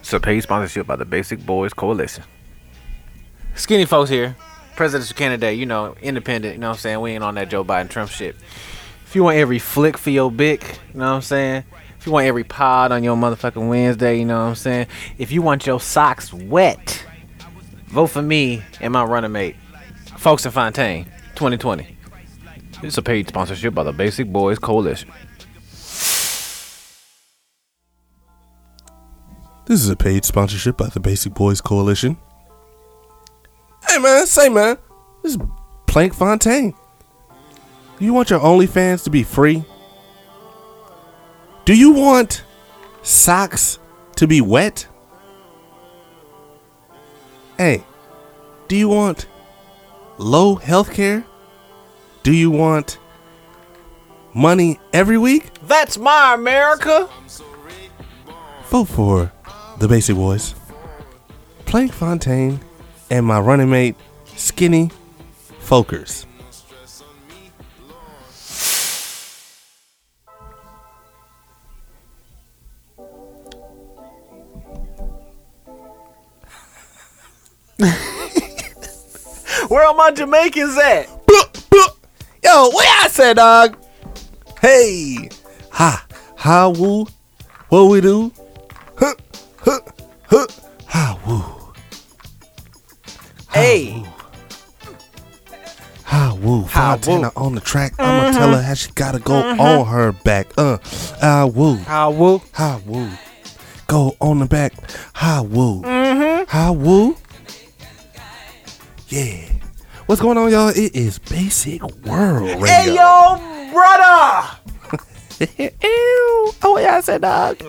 It's a paid sponsorship by the Basic Boys Coalition. Skinny folks here. Presidential candidate, you know, independent, you know what I'm saying? We ain't on that Joe Biden Trump shit. If you want every flick for your bick, you know what I'm saying? If you want every pod on your motherfucking Wednesday, you know what I'm saying? If you want your socks wet, vote for me and my running mate, Folks in Fontaine, 2020. It's a paid sponsorship by the Basic Boys Coalition. This is a paid sponsorship by the Basic Boys Coalition. Hey man, say man, this is Plank Fontaine. You want your OnlyFans to be free? Do you want socks to be wet? Hey, do you want low health care? Do you want money every week? That's my America. vote for the Basic Boys, Plank Fontaine, and my running mate, Skinny Folkers. Where are my Jamaicans at? Yo, what I said, dog? Hey, ha, ha, woo, what we do? Huh, huh, huh, ha, woo, Hey, ha, woo. Mm-hmm. Fontana on the track. I'ma tell her how she gotta go on her back. Uh, ah, woo. how woo? Ha woo. Go on the back. Ha woo. Mm-hmm. Ha woo. Yeah. What's going on, y'all? It is Basic World Radio. Hey, yo, brother. Ew. Oh, yeah, I said dog.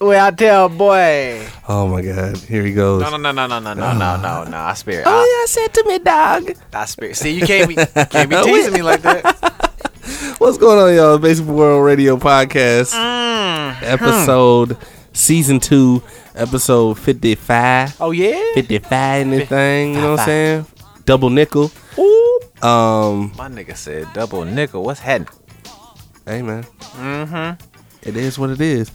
Well, I tell boy. Oh, my God. Here he goes. No, no, no, no, no, no, no, no, no, no. I spirit. Oh, I, yeah, I said to me, dog. I spirit. See, you can't be, you can't be teasing me like that. What's going on, y'all? Basic World Radio Podcast. Mm-hmm. Episode, Season 2, Episode 55. Oh yeah. 55 in this thing, you know what I'm saying? Double nickel. Ooh. Um, My nigga said double nickel. What's happening? hey man. Mm-hmm. It is what it is.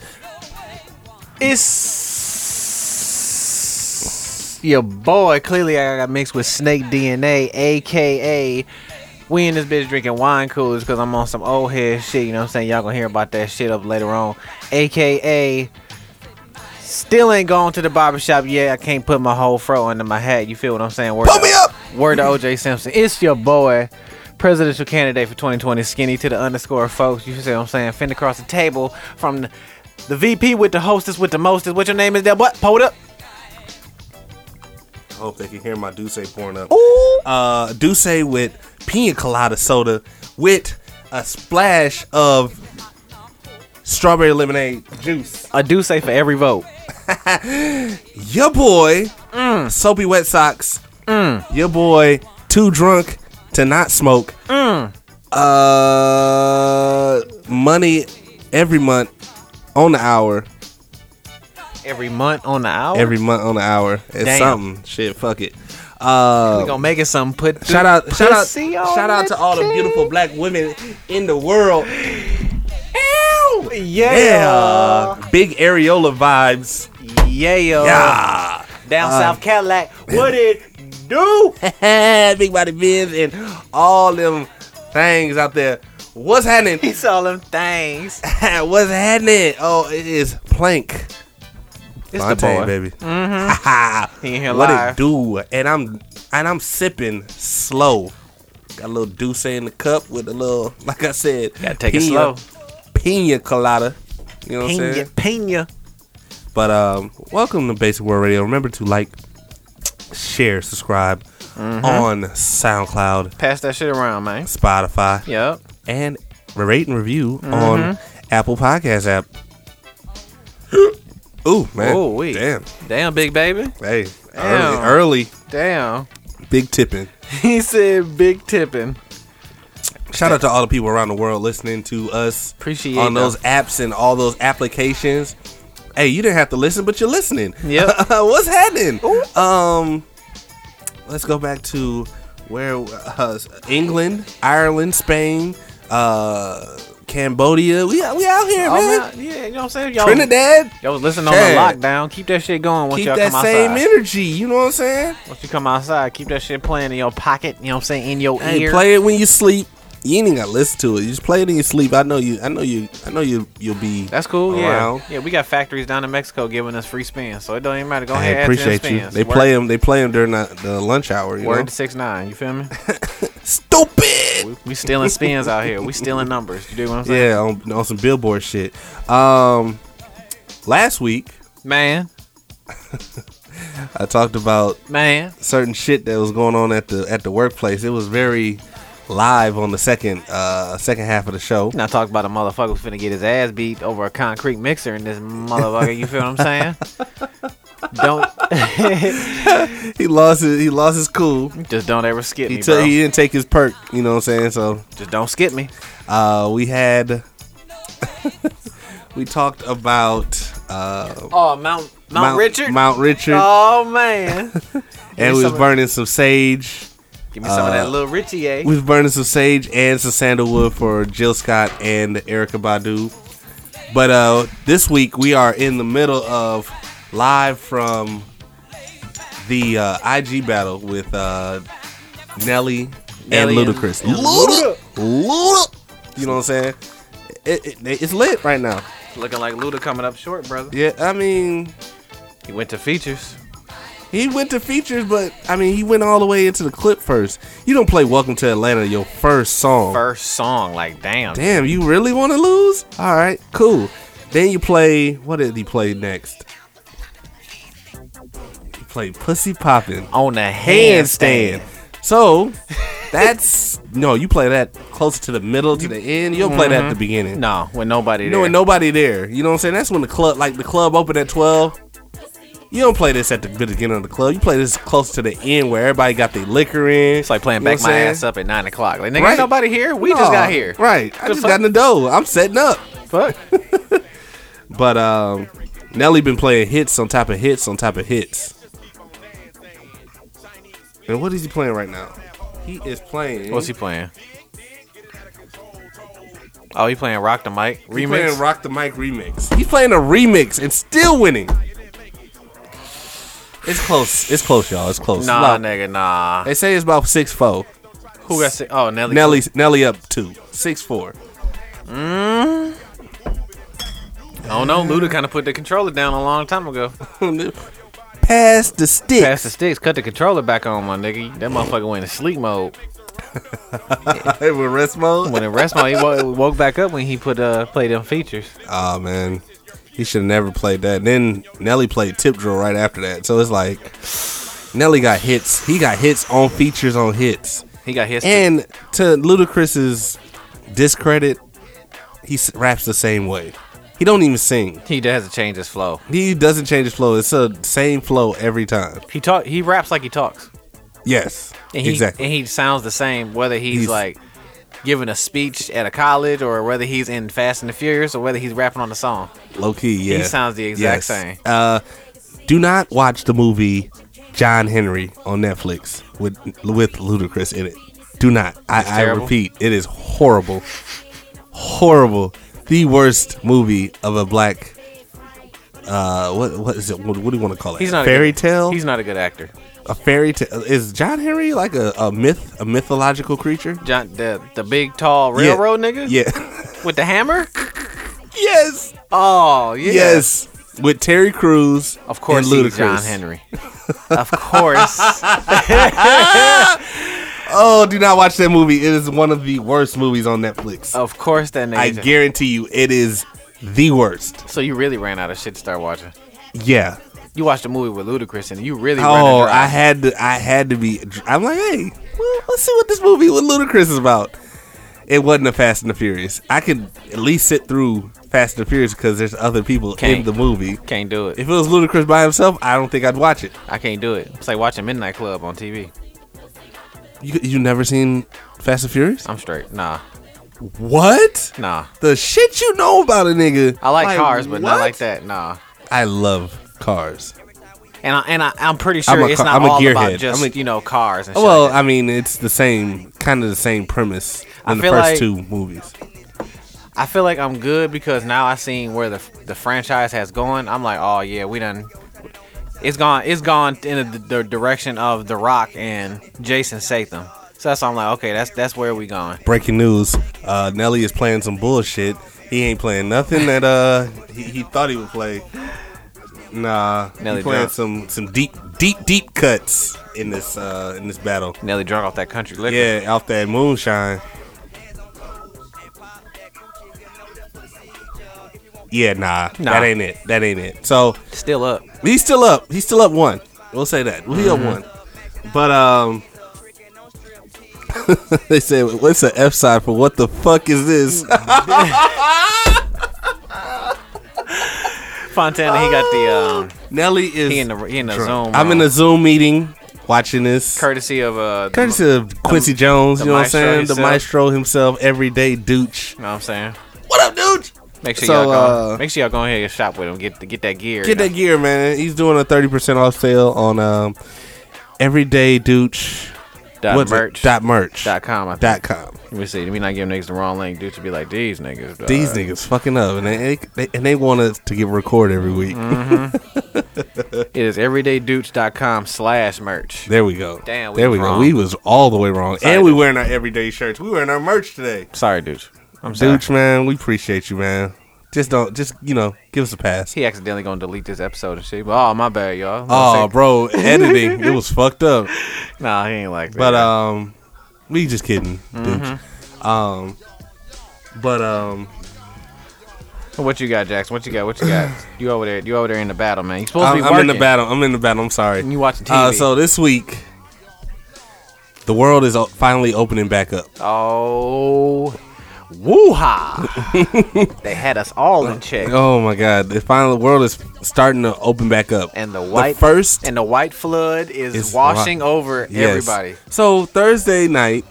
It's your boy. Clearly, I got mixed with Snake DNA, aka we in this bitch drinking wine coolers because I'm on some old head shit. You know what I'm saying? Y'all gonna hear about that shit up later on, aka. Still ain't going to the barbershop yet. I can't put my whole fro under my hat. You feel what I'm saying? Word Pump to- me up! Word to OJ Simpson. It's your boy, presidential candidate for 2020, skinny to the underscore folks. You see what I'm saying? Fend across the table from the, the VP with the hostess with the mostest. What your name is there? What? Pulled up. I hope they can hear my Duce pouring up. Ooh. Uh, Duce with pina colada soda with a splash of strawberry lemonade juice. I do say for every vote. Your boy, soapy wet socks. Your boy, too drunk to not smoke. Mm. Uh, money every month on the hour. Every month on the hour. every month on the hour. It's Damn. something. Shit, fuck it. Uh, we gonna make it something. Put shout out, shout out, pussy on shout out to all the cheek. beautiful black women in the world. Yeah. Yeah, big areola vibes. Yeah. Yeah, Uh, Down South Cadillac. What it do? big body bins and all them things out there. What's happening? It's all them things. What's happening? Oh, it is Plank It's the Fontaine, boy. baby. Mm-hmm. He in here what live. it do? And I'm and I'm sipping slow. Got a little Douce in the cup with a little, like I said, Gotta take it slow. Pina colada. You know what I'm Pena. saying? Pena. But um, welcome to Basic World Radio. Remember to like, share, subscribe Mm-hmm. on SoundCloud, Pass that shit around, man. Spotify, Yep. and rate and review on Mm-hmm. Apple Podcast app. Ooh man, Oh, wait. damn, Damn, big baby. hey, Damn. early, early, Damn. big tipping. He said big tipping. Shout out to all the people around the world listening to us Appreciate on that. those apps and all those applications. Hey, you didn't have to listen, but you're listening. Yep. What's happening? Um, let's go back to where uh, England, Ireland, Spain, uh, Cambodia. We out- we out here, All man. right, yeah, you know what I'm saying? Y'all, Trinidad. y'all was listening on Shit. the lockdown. Keep that shit going once Keep y'all that come same outside. energy. You know what I'm saying? once you come outside, keep that shit playing in your pocket. You know what I'm saying? In your Hey, ear. play it when you sleep. You ain't even gotta listen to it. You just play it in your sleep. I know you. I know you. I know you. You'll be. That's cool. around. Yeah, yeah. We got factories down in Mexico giving us free spins, so it don't even matter. Go I ahead, appreciate add to them you. spins. They Word- play them. They play them during the, the lunch hour. You Word know? to six nine. You feel me? Stupid. We, we stealing spins out here. We stealing numbers. You do what I'm saying? Yeah, on, on some billboard shit. Um, last week Man, I talked about man. certain shit that was going on at the at the workplace. It was very live on the second uh second half of the show. Not talking about a motherfucker who's finna get his ass beat over a concrete mixer in this motherfucker. You feel what I'm saying? don't He lost his he lost his cool. just don't ever skip He me, took bro. he didn't take his perk. You know what I'm saying? So Just don't skip me. uh we had we talked about uh Oh, Mount Mount, Richard. Mount Richard, Oh man. and we some was of- burning some sage. Give me some of that Uh, little Richie. eh? We was burning some sage and some sandalwood for Jill Scott and Erica Badu. But uh this week we are in the middle of live from the uh, IG battle with uh Nelly, Nelly and and- Ludacris. and Luda, Luda. You know what I'm saying? It, it, it's lit right now. Looking like Luda coming up short, brother. Yeah, I mean, He went to features. He went to features, but I mean, he went all the way into the clip first. You don't play "Welcome to Atlanta" your first song. First song, like damn. Damn, you really want to lose? All right, cool. Then you play. What did he play next? He played "Pussy Poppin'" On the handstand. handstand. So that's no. You play that closer to the middle to the end. You don't play that at the beginning. Mm-hmm. No, with nobody You there. know, with nobody there. You know what I'm saying? That's when the club, like the club opened at 12. You don't play this at the beginning of the club. You play this close to the end where everybody got their liquor in. It's like playing You know back what my I'm saying? ass up at nine o'clock. Like nigga, Right. ain't nobody here. We just Aw, got here. Right. I The just fuck? got in the dough. I'm setting up. Fuck. But um, Nelly been playing hits on top of hits on top of hits. And what is he playing right now? He is playing. What's he playing? Oh, he playing Rock the Mic He remix. playing Rock the Mic remix. He's playing a remix and still winning. It's close. It's close, y'all. It's close. nah, About- nigga, nah. They say it's about six four. Who got sick? Oh, Nelly. Nelly Nelly up two. Six four. I don't know. Luda kind of put the controller down a long time ago. Pass the stick. Pass the sticks, cut the controller back on, my nigga. That motherfucker went in sleep mode. Hey, with rest mode. When in rest mode, he wo- woke back up when he put uh played them features. Oh man. He should have never played that. Then Nelly played tip drill right after that. So it's like Nelly got hits. He got hits on features on hits. He got his. And to Ludacris's discredit, he s- raps the same way. He don't even sing. he has to change his flow. He doesn't change his flow. It's the same flow every time. He talk. He raps like he talks. Yes, And he, exactly. And he sounds the same whether he's, He's- like giving a speech at a college or whether he's in Fast and the Furious or whether he's rapping on the song. Low key, yeah. sounds the exact Yes. same. Uh, do not watch the movie John Henry on Netflix with with Ludacris in it. Do not. I, I terrible. repeat, it is horrible, horrible. The worst movie of a black. Uh, what what is it? What, what do you want to call it? He's not a fairy good, tale. He's not a good actor. a fairy tale. Is John Henry like a, a myth, a mythological creature? John, the the big tall Yeah. railroad nigga Yeah. with the hammer. yes. Oh yeah. Yes. With Terry Crews, Of course, and he's Ludacris. John Henry. of course. Oh, do not watch that movie. It is one of the worst movies on Netflix. Of course that nigga. I guarantee you, it is the worst. so you really ran out of shit to start watching. Yeah. You watched a movie with Ludacris and you really Oh, ran I had to. I had to be. I'm like, hey, well, let's see what this movie with Ludacris is about. It wasn't a Fast and the Furious. I could at least sit through Fast and the Furious because there's other people in Can't. the movie. Can't do it. If it was Ludacris by himself, I don't think I'd watch it. I can't do it. It's like watching Midnight Club on TV. You you never seen Fast and Furious? I'm straight. Nah. What? Nah. The shit you know about a nigga. I like, cars, but not what? like that. Nah. I love cars. And I, and I, I'm pretty I'm sure a it's car- not I'm a all gearhead. about just I'm a- you know cars and shit. Oh, Well, like that. I mean, it's the same kind of the same premise I in the feel first like- two movies. I feel like I'm good because now I seen where the the franchise has gone. I'm like, oh yeah, we done. It's gone. It's gone in the, the direction of The Rock and Jason Statham. So that's why I'm like, okay, that's that's where we going. Breaking news: uh, Nelly is playing some bullshit. He ain't playing nothing that uh he, he thought he would play. Nah, Nelly he playing drunk. some some deep deep deep cuts in this uh in this battle. Nelly drunk off that country liquor. Yeah, off that moonshine. Yeah, nah, Nah. that ain't it. That ain't it. So Still up. he's still up. He's still up one. We'll say that. We'll up one. But um, they said what's the F side for what the fuck is this? Fontana, he got the um, Nelly is he in the he in the drunk. Zoom. I'm in room. a Zoom meeting watching this. courtesy of uh. Courtesy of Quincy Jones, the you know what I'm maestro saying? The himself. maestro himself, everyday douche. You know what I'm saying? What up, douche? Make sure So, y'all go. uh, make sure y'all go ahead and shop with him. Get get that gear. Get that gear, man. He's doing a 30% off sale on um, everyday douche. dot what's it? merch Dot merch. dot com. I think. dot com. Let me see. Let me not give niggas the wrong link. Dude should be like these niggas. dog." These niggas fucking up, and they, they and they want us to get record every week. Mm-hmm. It is everydaydutes.com slash merch. There we go. Damn, we there we go. wrong. We was all the way wrong, Sorry, and we dude. wearing our everyday shirts. We wearing our merch today. Sorry, dudes. I'm sorry. Douche, man, we appreciate you, man. Just don't, just you know, give us a pass. He accidentally gonna delete this episode and shit. But oh my bad, y'all. Oh, bro, editing, it was fucked up. nah, he ain't like that. But um, we just kidding, Mm-hmm. douche. Um, but um, what you got, Jackson? What you got? What you got? you over there? You over there in the battle, man? You supposed to I'm, be I'm working. in the battle. I'm in the battle. I'm sorry. And you watching TV? Uh, so this week, the world is o- finally opening back up. oh, woo-ha! they had us all in check, Oh my God! The final world is starting to open back up, and the white first and the white flood is It's washing wa- over Yes. everybody. So Thursday night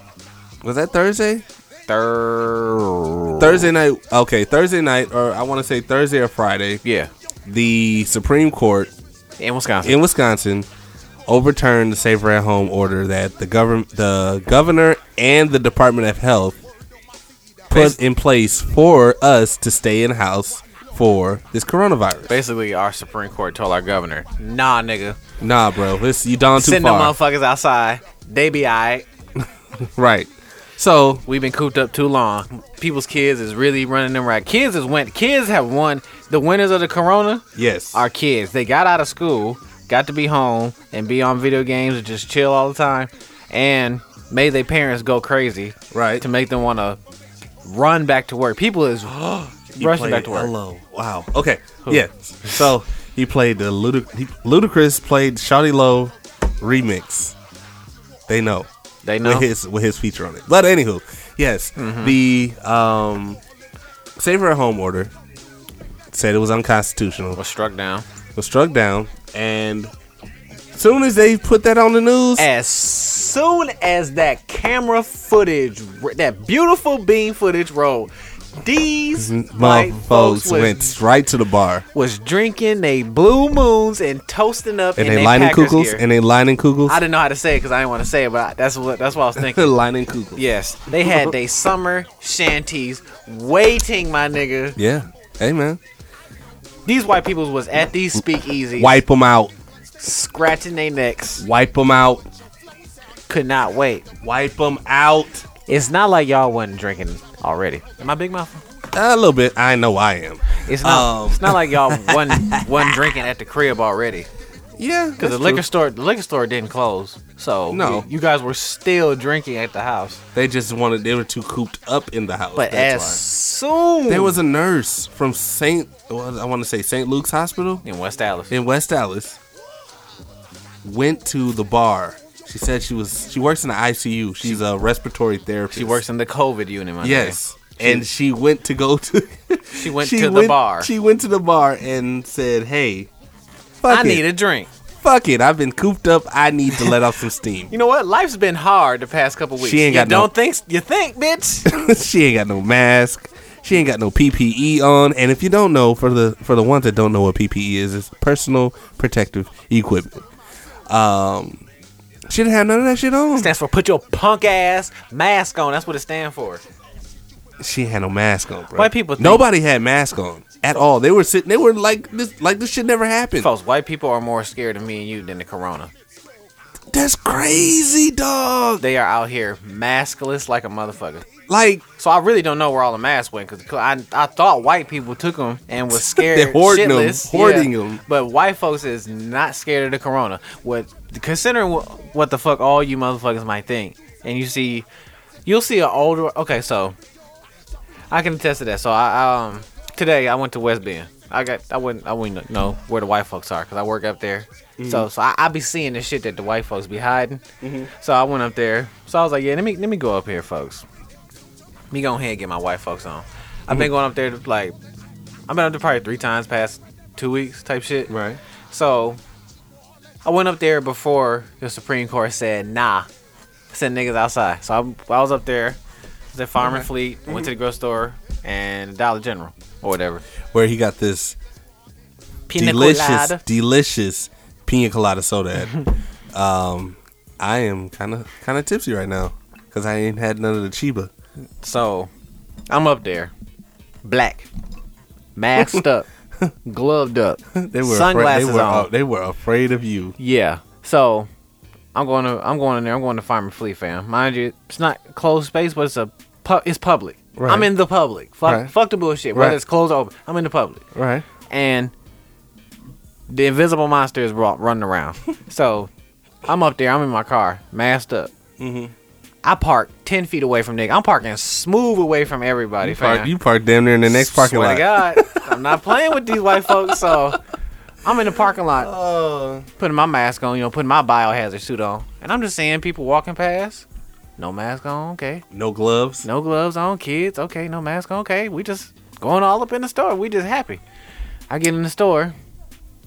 was that Thursday? Third, Thursday night. Okay, Thursday night, or I want to say Thursday or Friday. yeah, The Supreme Court in Wisconsin. in Wisconsin overturned the safer at home order that the government, the governor, and the Department of Health put in place for us to stay in house for this coronavirus. Basically, our Supreme Court told our governor, "Nah, nigga, Nah, bro, this you done too send them far. motherfuckers outside. They be alright. Right. So We've been cooped up too long. People's kids is really running them right. Kids is went. Kids have won. The winners of the corona yes, are kids. They got out of school, got to be home and be on video games and just chill all the time, and made their parents go crazy right. to make them want to run back to work. People is He rushing played back to work. Hello. Wow. Okay. Yeah. So he played the Ludic- he, Ludacris played Shawty Low remix. They know They know. with his with his feature on it. But anywho, yes, Mm-hmm. the um, Saver at Home order said it was unconstitutional. was struck down. Was struck down, and soon as they put that on the news, as soon as that camera footage, that beautiful beam footage rolled, these my white folks folks was, went straight to the bar was drinking they blue moons and toasting up and in they they lining Packers kugels gear. and they lining kugels, I didn't know how to say it because I didn't want to say it, but I, that's what that's what I was thinking. lining kugels. yes, they had they summer shanties waiting, my nigga. Yeah. Hey man, These white people was at these speakeasies, wipe them out. scratching their necks, Wipe them out. could not wait. Wipe them out. It's not like y'all wasn't drinking already. Am I big mouth? A little bit. I know I am. It's not. Um. it's not like y'all one one drinking at the crib already. Yeah, Because the liquor store, the liquor store didn't close. So No. you, you guys were still drinking at the house. They just wanted. They were too cooped up in the house. But that's as why. soon there was a nurse from Saint. Well, I want to say Saint Luke's Hospital in West Dallas, in West Dallas. Went to the bar. She said she was. She works in the ICU. She's a respiratory therapist. she works in the COVID unit. My Yes. And she went to go to. nigga. she went she to the went- bar. She went to the bar and said, "Hey, fuck I it. need a drink. fuck it. I've been cooped up. I need to let off some steam. You know what? Life's been hard the past couple weeks. She ain't you got no- don't think you think, bitch. she ain't got no mask. She ain't got no PPE on. And if you don't know, for the for the ones that don't know what PPE is, it's personal protective equipment. Um, she didn't have none of that shit on. Stands for put your punk ass mask on. That's what it stands for. she ain't had no mask on, bro. White people think- Nobody had mask on at all. They were sitting. They were like this. Like this shit never happened. Folks, white people are more scared of me and you than the corona. That's crazy, dog. They are out here maskless like a motherfucker. Like So I really don't know where all the masks went because I, I thought white people took them and was scared. They're hoarding 'em, shitless. hoarding Yeah. 'em. But white folks is not scared of the corona. What considering what, what the fuck all you motherfuckers might think, and you see, you'll see an older. Okay, so I can attest to that. So I um today I went to West Bend. I got I wouldn't I wouldn't know where the white folks are because I work up there. So so I, I be seeing the shit that the white folks be hiding. So I went up there. So I was like, yeah, let me let me go up here, folks. Let me go ahead and get my white folks on. I've been going up there to, like I've been up there probably three times past two weeks type shit. right. So I went up there before the Supreme Court said nah. Send niggas outside. So I, I was up there, was at Farm and Fleet, went to Mm-hmm. the grocery store and Dollar General or whatever. Where he got this Pina delicious, colada. delicious pina colada soda. At. um, I am kind of kind of tipsy right now because I ain't had none of the chiba. So I'm up there, black, masked up, gloved up, They were sunglasses afraid, they were, on. uh, they were afraid of you. Yeah. So I'm going to I'm going in there. I'm going to Farm and Fleet, fam. Mind you, it's not closed space, but it's a pu- it's public. Right. I'm in the public. Fuck Right. fuck the bullshit. Whether Right. it's closed or open, I'm in the public. Right. And the invisible monster is ro- running around. so I'm up there. I'm in my car, masked up. Mm-hmm. I park ten feet away from Nick. I'm parking smooth away from everybody, fam. Park, you parked damn near in the next parking Swear lot. to God, I'm not playing with these white folks. So I'm in the parking lot, putting my mask on, you know, putting my biohazard suit on, and I'm just seeing people walking past. No mask on, okay. No gloves. No gloves on, kids, okay. No mask on, okay. We just going all up in the store. We just happy. I get in the store.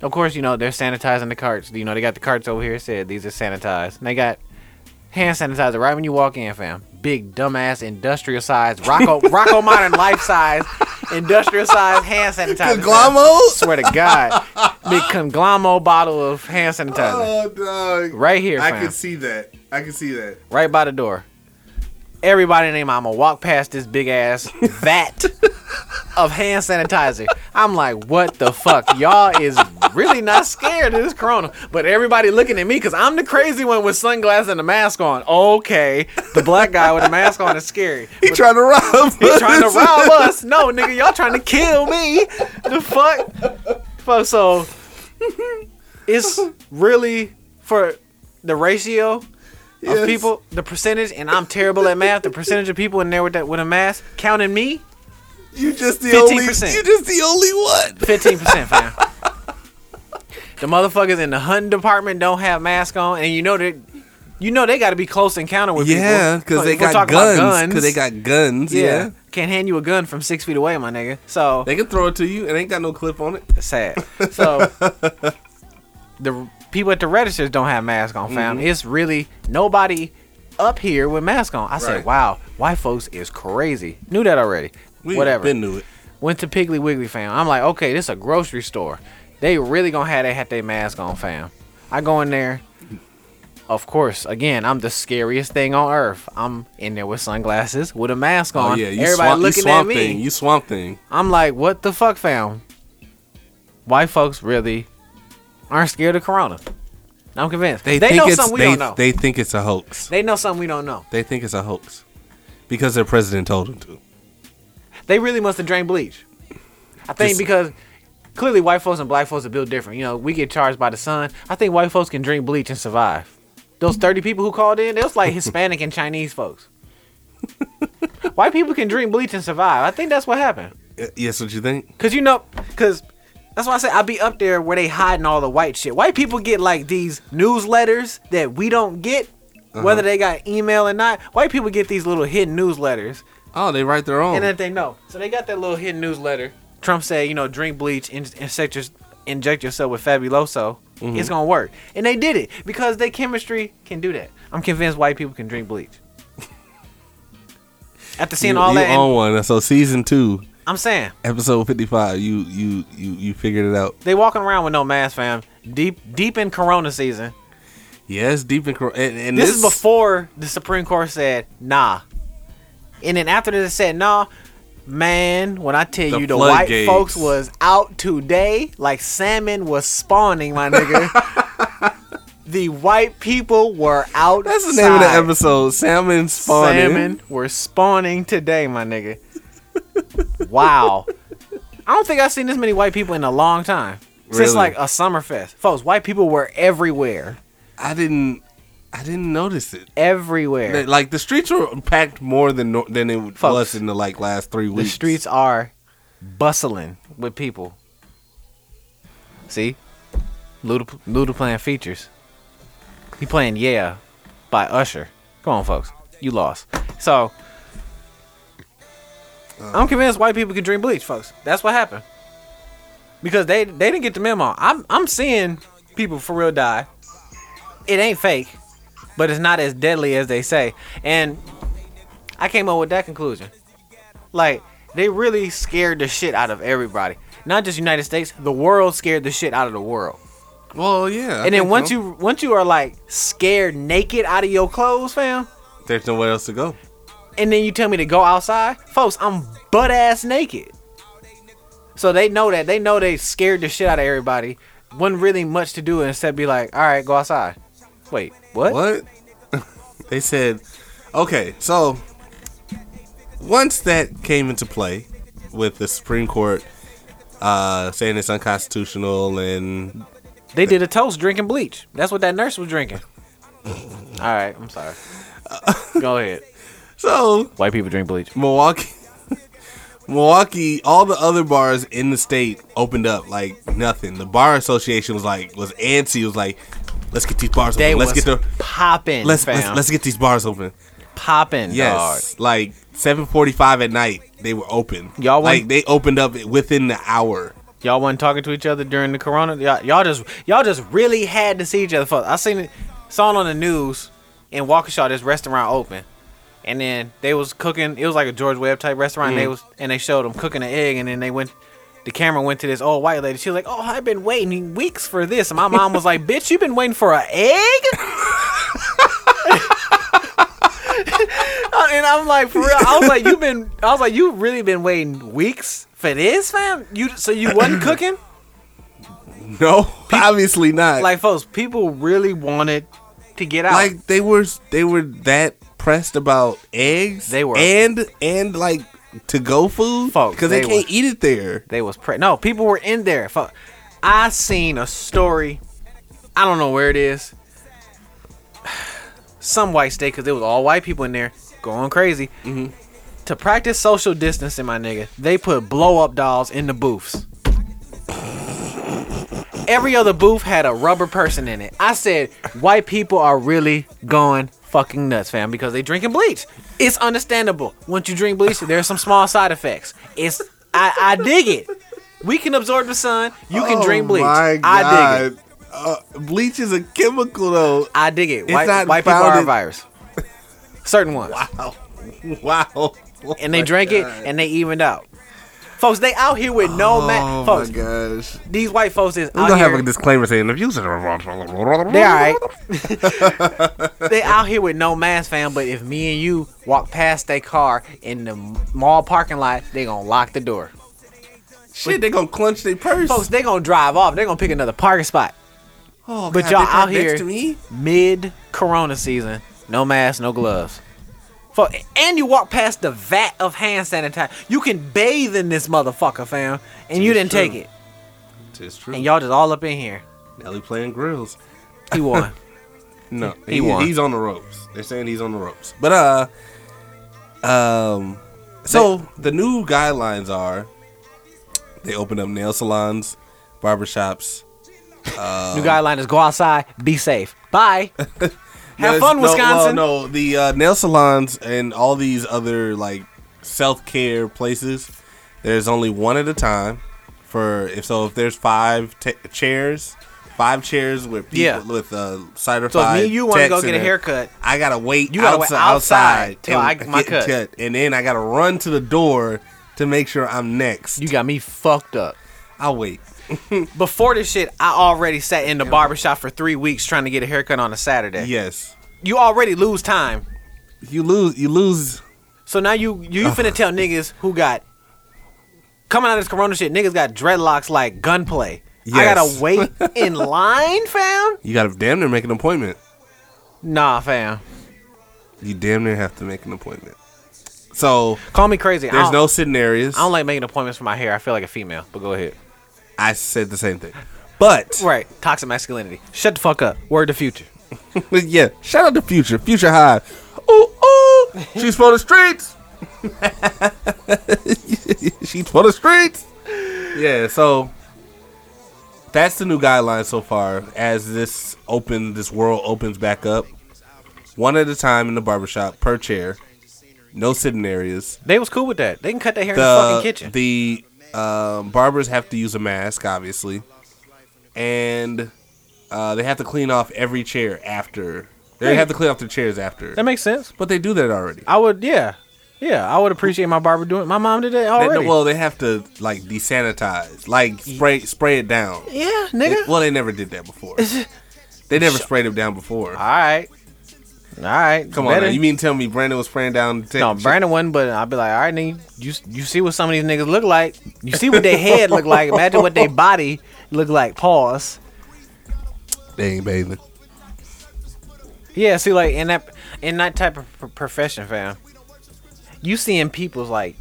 Of course, you know they're sanitizing the carts. You know they got the carts over here. it Said these are sanitized. And they got hand sanitizer right when you walk in, fam. Big dumbass industrial size Rocco Rocco Modern life size industrial size hand sanitizer. fam. Conglomos? Swear to God, big conglomo bottle of hand sanitizer Oh, dog. right here, fam. see that. I can see that. right by the door. Everybody named I'ma walk past this big ass vat of hand sanitizer. I'm like, what the fuck? Y'all is really not scared of this corona. But everybody looking at me because I'm the crazy one with sunglasses and a mask on. Okay. The black guy with a mask on is scary. He trying to rob. He trying to rob us. No, nigga, y'all trying to kill me. The fuck? Fuck, so it's really for the ratio Yes. of people, the percentage, and I'm terrible at math, the percentage of people in there with that with a mask, counting me, You just the 15%. just the only one. fifteen percent, fam. The motherfuckers in the hunting department don't have masks on, and you know that you know they got to be close encounter with people. Yeah, because they We're got talking about guns. Because they got guns. Yeah. yeah. Can't hand you a gun from six feet away, my nigga. So They can throw it to you. It ain't got no clip on it. sad. So the people at the registers don't have masks on, fam. Mm-hmm. It's really nobody up here with masks on. I Right. said, wow, white folks is crazy. Knew that already. Whatever. Been to it. Went to Piggly Wiggly, fam. I'm like, okay, this is a grocery store. They really gonna have they had their mask on, fam. I go in there. Of course, again, I'm the scariest thing on earth. I'm in there with sunglasses, with a mask on. Oh yeah, you Everybody swamp, you looking swamp at me. thing. You swamp thing. I'm like, what the fuck, fam? White folks really aren't scared of Corona. I'm convinced. They, know something we they, don't know. They, They think it's a hoax. know something we don't know. They think it's a hoax because their president told them to. They really must have drank bleach. I think Just- because clearly white folks and black folks are built different. You know, we get charged by the sun. I think white folks can drink bleach and survive. Those 30 people who called in, it was like Hispanic and Chinese folks. White people can drink bleach and survive. I think that's what happened. Y- Yes, what you think? Cause you know, cause that's why I say I be up there where they hiding all the white shit. White people get like these newsletters that we don't get, Uh-huh. whether they got email or not. White people get these little hidden newsletters, Oh, they write their own. and that they know. So they got that little hidden newsletter. Trump said, you know, drink bleach, in- insect your- inject yourself with Fabuloso. Mm-hmm. It's gonna work, and they did it because they chemistry can do that. I'm convinced white people can drink bleach. After seeing you, all you that, and- own one. So season two, I'm saying episode fifty-five. You you you you figured it out. They walking around with no mask, fam. Deep deep in Corona season. Yes, deep in Cor- and, and This, is before the Supreme Court said nah, and then after they said nah, Man, when I tell The you the white floodgates. folks was out today, like salmon was spawning, my nigga. the white people were out. That's the name of the episode. Salmon spawning. Salmon were spawning today, my nigga. wow. I don't think I've seen this many white people in a long time. Since Really? like a summer fest. Folks, white people were everywhere. I didn't. I didn't notice it. Everywhere. That- Like the streets were packed more than nor- than it Folks, was in the like last three The weeks. streets are bustling with people. See, Luda, Luda playing features. He playing "Yeah" by Usher. Come on, folks, you lost. So I'm convinced white people can drink bleach, folks. That's what happened because they they didn't get the memo. I'm I'm seeing people for real die. It ain't fake, but it's not as deadly as they say. And I came up with that conclusion. Like, they really scared the shit out of everybody. Not just United States, the world scared the shit out of the world. Well, yeah. I and then think once so. you once you are like scared naked out of your clothes, fam, there's nowhere else to go. and then you tell me to go outside, folks, I'm butt ass naked. So they know that. They know they scared the shit out of everybody. Wasn't really much to do instead be like, all right, go outside. Wait, what? What? they said, okay, so once that came into play with the Supreme Court uh, saying it's unconstitutional and They did a toast drinking bleach. That's what that nurse was drinking. all right, I'm sorry. Go ahead. so White people drink bleach. Milwaukee, Milwaukee, all the other bars in the state opened up like nothing. The bar association was like was antsy. Was like, let's get these bars. They open. Let's was get the popping. let's, fam. let's let's get these bars open. popping. Yes, like seven forty-five at night they were open. Y'all want- like they opened up within the hour. dog. y'all wasn't talking to each other during the corona. Y'all, y'all just y'all just really had to see each other. Fuck, I seen it, saw it on the news in Waukesha. This restaurant open, and then they was cooking. It was like a George Webb type restaurant. Mm. And they was and they showed them cooking an egg, and then they went. The camera went to this old white lady. She was like, "Oh, I've been waiting weeks for this." And my mom was like, "Bitch, you've been waiting for an egg." Uh, and I'm like, for real. I was like, you've been. I was like, you really been waiting weeks for this, fam. You so you wasn't cooking. No, obviously not. Like, Like, folks, people really wanted to get out. they were they were that pressed about eggs. They were. and and like to go food Folks, because they, they can't eat it there. they was pre. No, people were in there. Fuck. I seen a story. I don't know where it is. Some white state, cause it was all white people in there going crazy. To practice social distancing, my nigga, they put blow up dolls in the booths. Every other booth had a rubber person in it. I said, white people are really going fucking nuts, fam, because they drinking bleach. It's understandable. Once you drink bleach, there's some small side effects. It's I, I dig it. We can absorb the sun. You can drink bleach. I dig it. Oh Uh, bleach is a chemical though. I dig it. It's White, not white people are a founded- virus. Certain ones. Wow. and they drank it and they evened out. Folks, they out here with no Oh mask. Folks, my gosh. these white folks is We're out gonna here. have a disclaimer saying the views are. they all right. they out here with no mask, fam. But if me and you walk past their car in the mall parking lot, they gonna lock the door. Shit, they gonna clench their purse. Folks, they gonna drive off. They gonna pick another parking spot. oh, but God, y'all they parked out here- next to me. Mid Corona season, no mask, no gloves. Fo- And you walk past the vat of hand sanitizer. You can bathe in this motherfucker, fam. And you It's didn't true. take it. It's true. And y'all just all up in here. Nelly playing grills. He won. No, He he, won. he's on the ropes. They're saying he's on the ropes. But uh, um, so the new guidelines are they open up nail salons, barbershops. New guideline is go outside, be safe. Bye. No, Have it's- fun, no, Wisconsin. Well, no, the uh, nail salons and all these other like self care places. There's only one at a time. For if so, if there's five t- chairs, five chairs with people Yeah. with uh, cider. So if me and you want to go get a haircut, I gotta wait. You gotta wait outside, outside till I get my get cut. and then I gotta run to the door to make sure I'm next. you got me fucked up. I'll wait. Before this shit, I already sat in the barbershop for three weeks trying to get a haircut on a Saturday. Yes, You already lose time. you lose. You lose. So now you you, you finna tell niggas who got coming out of this corona shit, niggas got dreadlocks like gunplay. I Yes. gotta wait in line, fam? You gotta damn near make an appointment. Nah, fam. You damn near have to make an appointment. So Call me crazy. I there's don't, no sitting areas. I don't like making appointments for my hair. I feel like a female, but go ahead. I said the same thing. But Right. Toxic masculinity. Shut the fuck up. Word to future. yeah, shout out to Future, Future High. Ooh ooh, she's for the streets. she's for the streets. Yeah, so that's the new guideline so far. As this open, this world opens back up, one at a time in the barbershop per chair, no sitting areas. They was cool with that. They can cut their hair in the the fucking kitchen. the um, barbers have to use a mask, obviously, and uh, they have to clean off every chair after. They have to clean off their chairs after, that makes sense. but they do that already. I would, yeah. Yeah, I would appreciate my barber doing My mom did that They- already. well, they have to like desanitize, like spray spray it down. yeah, nigga. Well, they never did that before. They never sprayed it down before. All right. All right. Come on, now. you mean tell me Brandon was spraying down? the No, chair- Brandon wasn't, but I'd be like, all right, nigga, you you see what some of these niggas look like. You see what their head look like. Imagine what their body look like. Pause. They ain't bathing. Yeah, see, like in that in that type of pr- profession, fam, you seeing people's like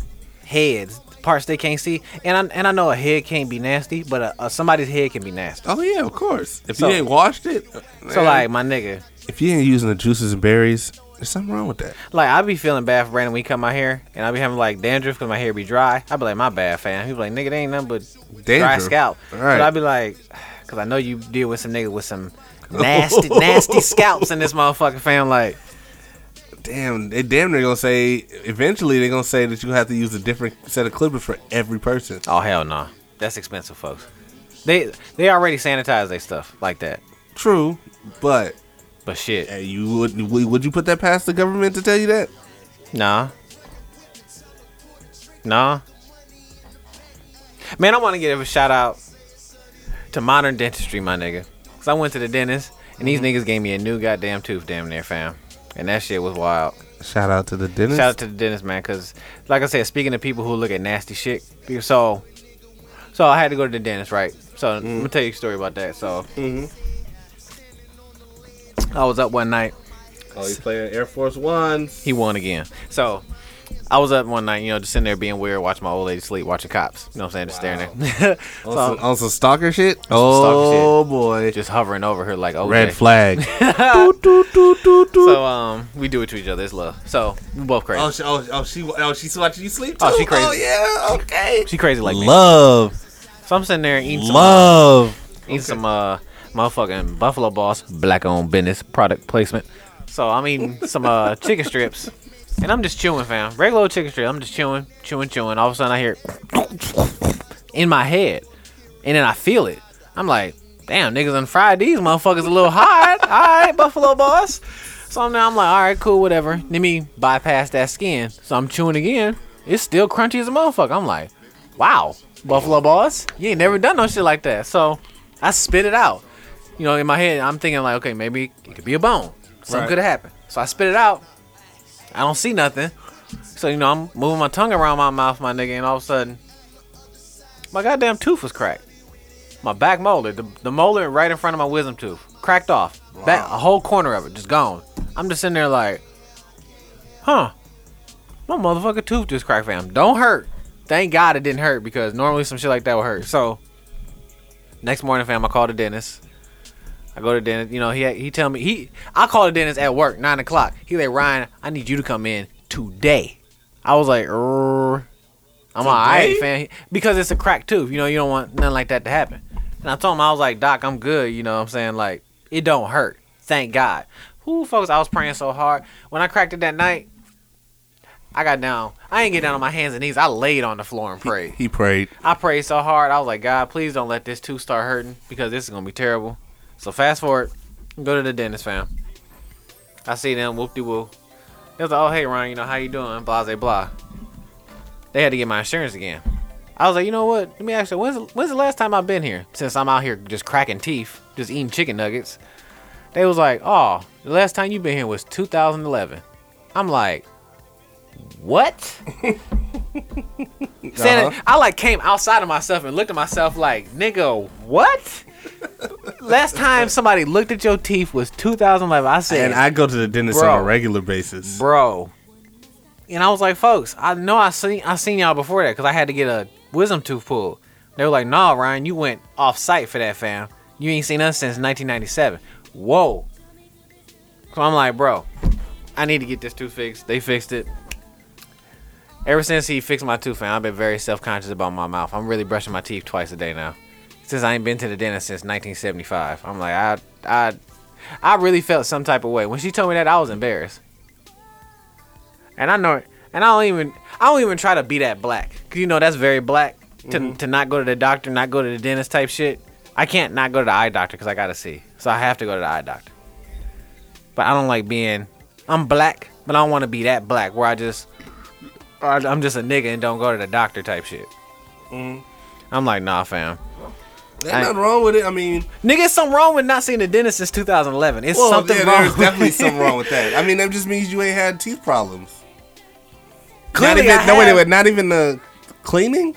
heads, parts they can't see, and I and I know a head can't be nasty, but a, a somebody's head can be nasty. Oh yeah, of course. If So- you ain't washed it, uh, So like my nigga, if you ain't using the juices and berries, there's something wrong with that. like I be feeling bad for Brandon when he cut my hair, and I be having like dandruff because my hair be dry. I be like, my bad, fam. He be like, nigga, they ain't nothing but dry Dandruff? scalp. Alright. But I be like, because I know you deal with some nigga with some nasty, nasty scalps in this motherfucking fam. Like, Damn, they damn near gonna say eventually they're gonna say that you have to use a different set of clippers for every person. oh hell no, that's expensive, folks. They they already sanitize their stuff like that, True, but but shit, hey, you would would you put that past the government to tell you that? nah, nah. Man, I want to give a shout out to Modern Dentistry, my nigga. Cause I went to the dentist and these niggas gave me a new goddamn tooth, damn near fam. And that shit was wild. Shout out to the dentist. Shout out to the dentist, man, because like I said, speaking to people who look at nasty shit, so so I had to go to the dentist, right? So I'm gonna tell you a story about that. So I was up one night. oh, he's playing Air Force Ones. He won again. So I was up one night, you know, just sitting there being weird, watching my old lady sleep, watching cops. You know what I'm saying? Just staring at so on, I'm some, on some stalker shit. Oh boy, just hovering over her like oh red flag. Doot, doot, doot, doot, doot. So um we do it to each other, it's love. So we both crazy. oh, she, oh, oh, she, oh, she's watching you sleep too. Oh, she crazy. Oh yeah, okay. she crazy like me. love, So I'm sitting there eating some love. Eat some uh motherfucking Buffalo Boss black owned business product placement. So I'm eating some uh chicken strips and I'm just chewing, fam. Regular old chicken strip. I'm just chewing, chewing, chewing. All of a sudden I hear in my head. And then I feel it. I'm like, damn, niggas done fried these motherfuckers a little hard. Alright, Buffalo Boss. So now I'm like, alright, cool, whatever. Let me bypass that skin. So I'm chewing again. It's still crunchy as a motherfucker. I'm like, wow, Buffalo Boss, you ain't never done no shit like that. So I spit it out. You know, in my head, I'm thinking like, okay, maybe it could be a bone. Something Right. could have happened. So I spit it out. I don't see nothing. So you know, I'm moving my tongue around my mouth, my nigga, and all of a sudden, my goddamn tooth was cracked. My back molar, the, the molar right in front of my wisdom tooth, cracked off. Back, a whole corner of it, just gone. I'm just sitting there like, huh? My motherfucking tooth just cracked, fam. Don't hurt. Thank God it didn't hurt because normally some shit like that would hurt. So, next morning, fam, I call the dentist. I go to dentist. You know, he he tell me he. I call the dentist at work, nine o'clock. He like Ryan, I need you to come in today. I was like, "Er, I'm all right, fam, because it's a cracked tooth. You know, you don't want nothing like that to happen. And I told him I was like, Doc, I'm good. You know, what I'm saying like it don't hurt. Thank God. Who folks? I was praying so hard when I cracked it that night. I got down. I ain't get down on my hands and knees. I laid on the floor and prayed. He prayed. I prayed so hard. I was like, God, please don't let this tooth start hurting because this is gonna be terrible. So fast forward, go to the dentist, fam. I see them whoop de whoop. They was like, oh hey Ryan, you know how you doing? Blah blah blah. They had to get my insurance again. I was like, you know what? Let me ask you, when's when's the last time I've been here? Since I'm out here just cracking teeth, just eating chicken nuggets. They was like, oh, the last time you been here was 2011. I'm like, what? Saying it- Uh-huh. I like came outside of myself and looked at myself like, nigga, what? Last time somebody looked at your teeth was 2011. I said, And I go to the dentist Bro. on a regular basis. bro. And I was like, folks, I know I seen I seen y'all before that because I had to get a wisdom tooth pulled. They were like, nah, Ryan, you went off site for that, fam. You ain't seen us since 1997. Whoa. So I'm like, bro, I need to get this tooth fixed. They fixed it. Ever since he fixed my tooth, fam, I've been very self conscious about my mouth. I'm really brushing my teeth twice a day now. Since I ain't been to the dentist since 1975, I'm like, I, I, I really felt some type of way when she told me that. I was embarrassed. And I know, and I don't even, I don't even try to be that black, cause you know that's very black to Mm-hmm. to not go to the doctor, not go to the dentist type shit. I can't not go to the eye doctor because I gotta see, so I have to go to the eye doctor. But I don't like being, I'm black, but I don't want to be that black where I just, or I'm just a nigga and don't go to the doctor type shit. Mm-hmm. I'm like, nah, fam. Ain't nothing wrong with it. I mean, Nigga, it's something wrong with not seeing the dentist since 2011. It's well, something yeah, wrong. there's definitely something wrong with that. I mean, that just means you ain't had teeth problems. Clearly, not even, I no, wait, have- wait, not even the cleaning.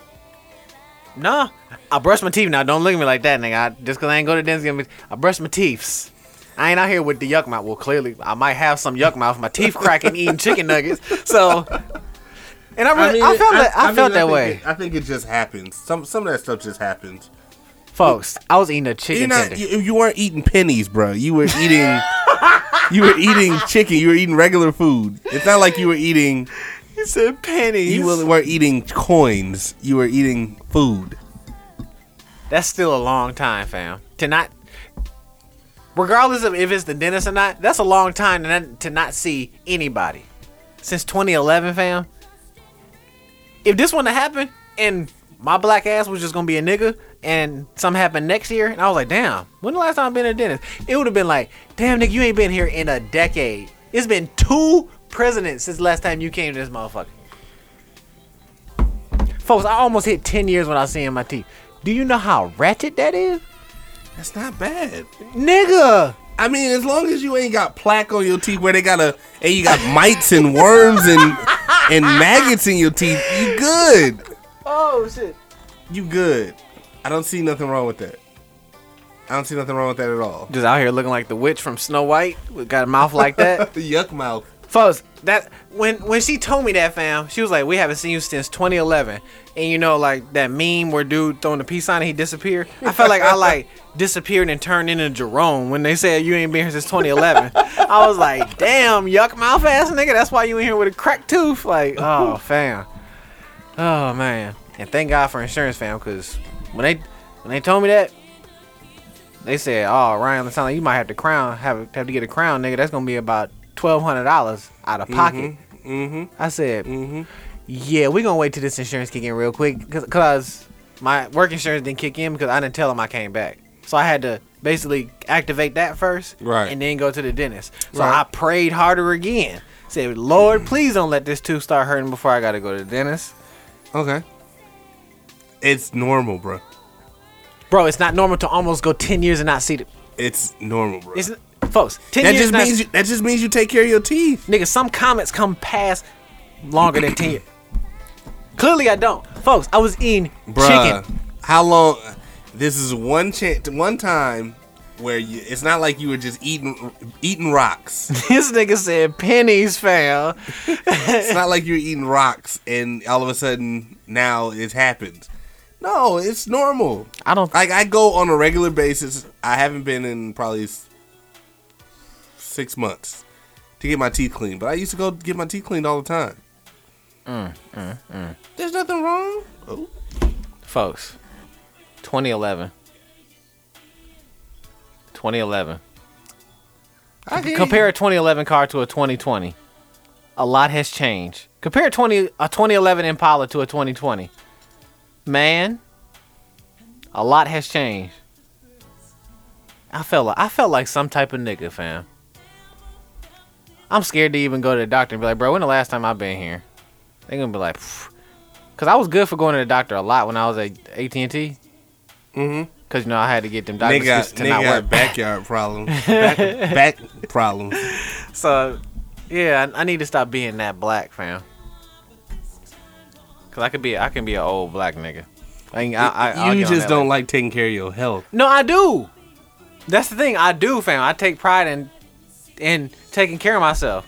Nah, I brush my teeth now. Don't look at me like that, nigga. I, just cause I ain't go to dentist, gonna be- I brush my teeth. I ain't out here with the yuck mouth. Well, clearly, I might have some yuck mouth. My teeth cracking, eating chicken nuggets. So, and I really, I, felt that, I, mean, felt that think way, it- I think it just happens. Some some of that stuff just happens. folks. I was eating a You're chicken not. tender. You, you weren't eating pennies, bro. You were eating. you were eating chicken. You were eating regular food. It's not like you were eating. You said pennies. You were, were eating coins. You were eating food. That's still a long time, fam. To not, regardless of if it's the dentist or not, that's a long time to not, to not see anybody since 2011, fam. If this one to happen and my black ass was just gonna be a nigga and something happened next year, and I was like, damn, when the last time I been to a dentist? It would have been like, damn, nigga, you ain't been here in a decade. It's been two presidents since last time you came to this motherfucker. Folks, I almost hit 10 years when I was seeing my teeth. Do you know how ratchet that is? That's not bad. Nigga! I mean, as long as you ain't got plaque on your teeth where they got a and you got mites and worms and and maggots in your teeth, you good. Oh, shit. You good. I don't see nothing wrong with that. I don't see nothing wrong with that at all. Just out here looking like the witch from Snow White. with- Got a mouth like that. The yuck mouth. Folks, that when when she told me that, fam, she was like, "We haven't seen you since 2011." And you know, like that meme where dude throwing the peace sign and he disappeared. I felt like I like disappeared and turned into Jerome when they said you ain't been here since 2011. I was like, "Damn, yuck mouth ass nigga, that's why you in here with a cracked tooth." Like, oh fam, oh man. And thank God for insurance, fam, because when they when they told me that. They said, "Oh, Ryan, it sounds like you might have to crown have have to get a crown, nigga. That's gonna be about twelve hundred dollars out Mm-hmm. of pocket." I said, "Yeah, we gonna wait till this insurance kick in real quick, cause, 'cause my work insurance didn't kick in because I didn't tell him I came back, so I had to basically activate that first, Right. and then go to the dentist. So Right. Mm-hmm. I prayed harder again. Said, Lord, please don't let this tooth start hurting before I gotta go to the dentist, Okay. It's normal, bro. bro. It's not normal to almost go ten years and not see the. It's normal, bro. It's, folks, ten that years just not- means you, that just means you take care of your teeth. Nigga, some comments come past longer than 10 years. Clearly, I don't. Folks, I was eating Bruh, chicken. How long? This is one chance, one time where you, it's not like you were just eating eating rocks. This nigga said pennies, fam. it's not like you're eating rocks and all of a sudden now it's happened. No, it's normal. I don't. Like I go on a regular basis. I haven't been in probably s- six months to get my teeth cleaned, but I used to go get my teeth cleaned all the time. Mm, There's nothing wrong. Oh. folks, 2011. 2011. I hear you. Compare a 2011 car to a 2020. A lot has changed. Compare a 20 a 2011 Impala to a 2020. Man, a lot has changed. I felt like, I felt like some type of nigga, fam. I'm scared to even go to the doctor and be like, bro, when the last time I've been here? They gonna be like, "Phew." cause I was good for going to the doctor a lot when I was at AT and T. Mhm. Cause you know I had to get them doctors Nigga, to not nigga work. got backyard problems. Back, back problems. So, yeah, I, I need to stop being that black, fam. Cause Cause I could be, I can be an old black nigga. I, ain't- I, I, you just don't Like- like taking care of your health. no, I do. That's the thing. I do, fam. I take pride in in taking care of myself.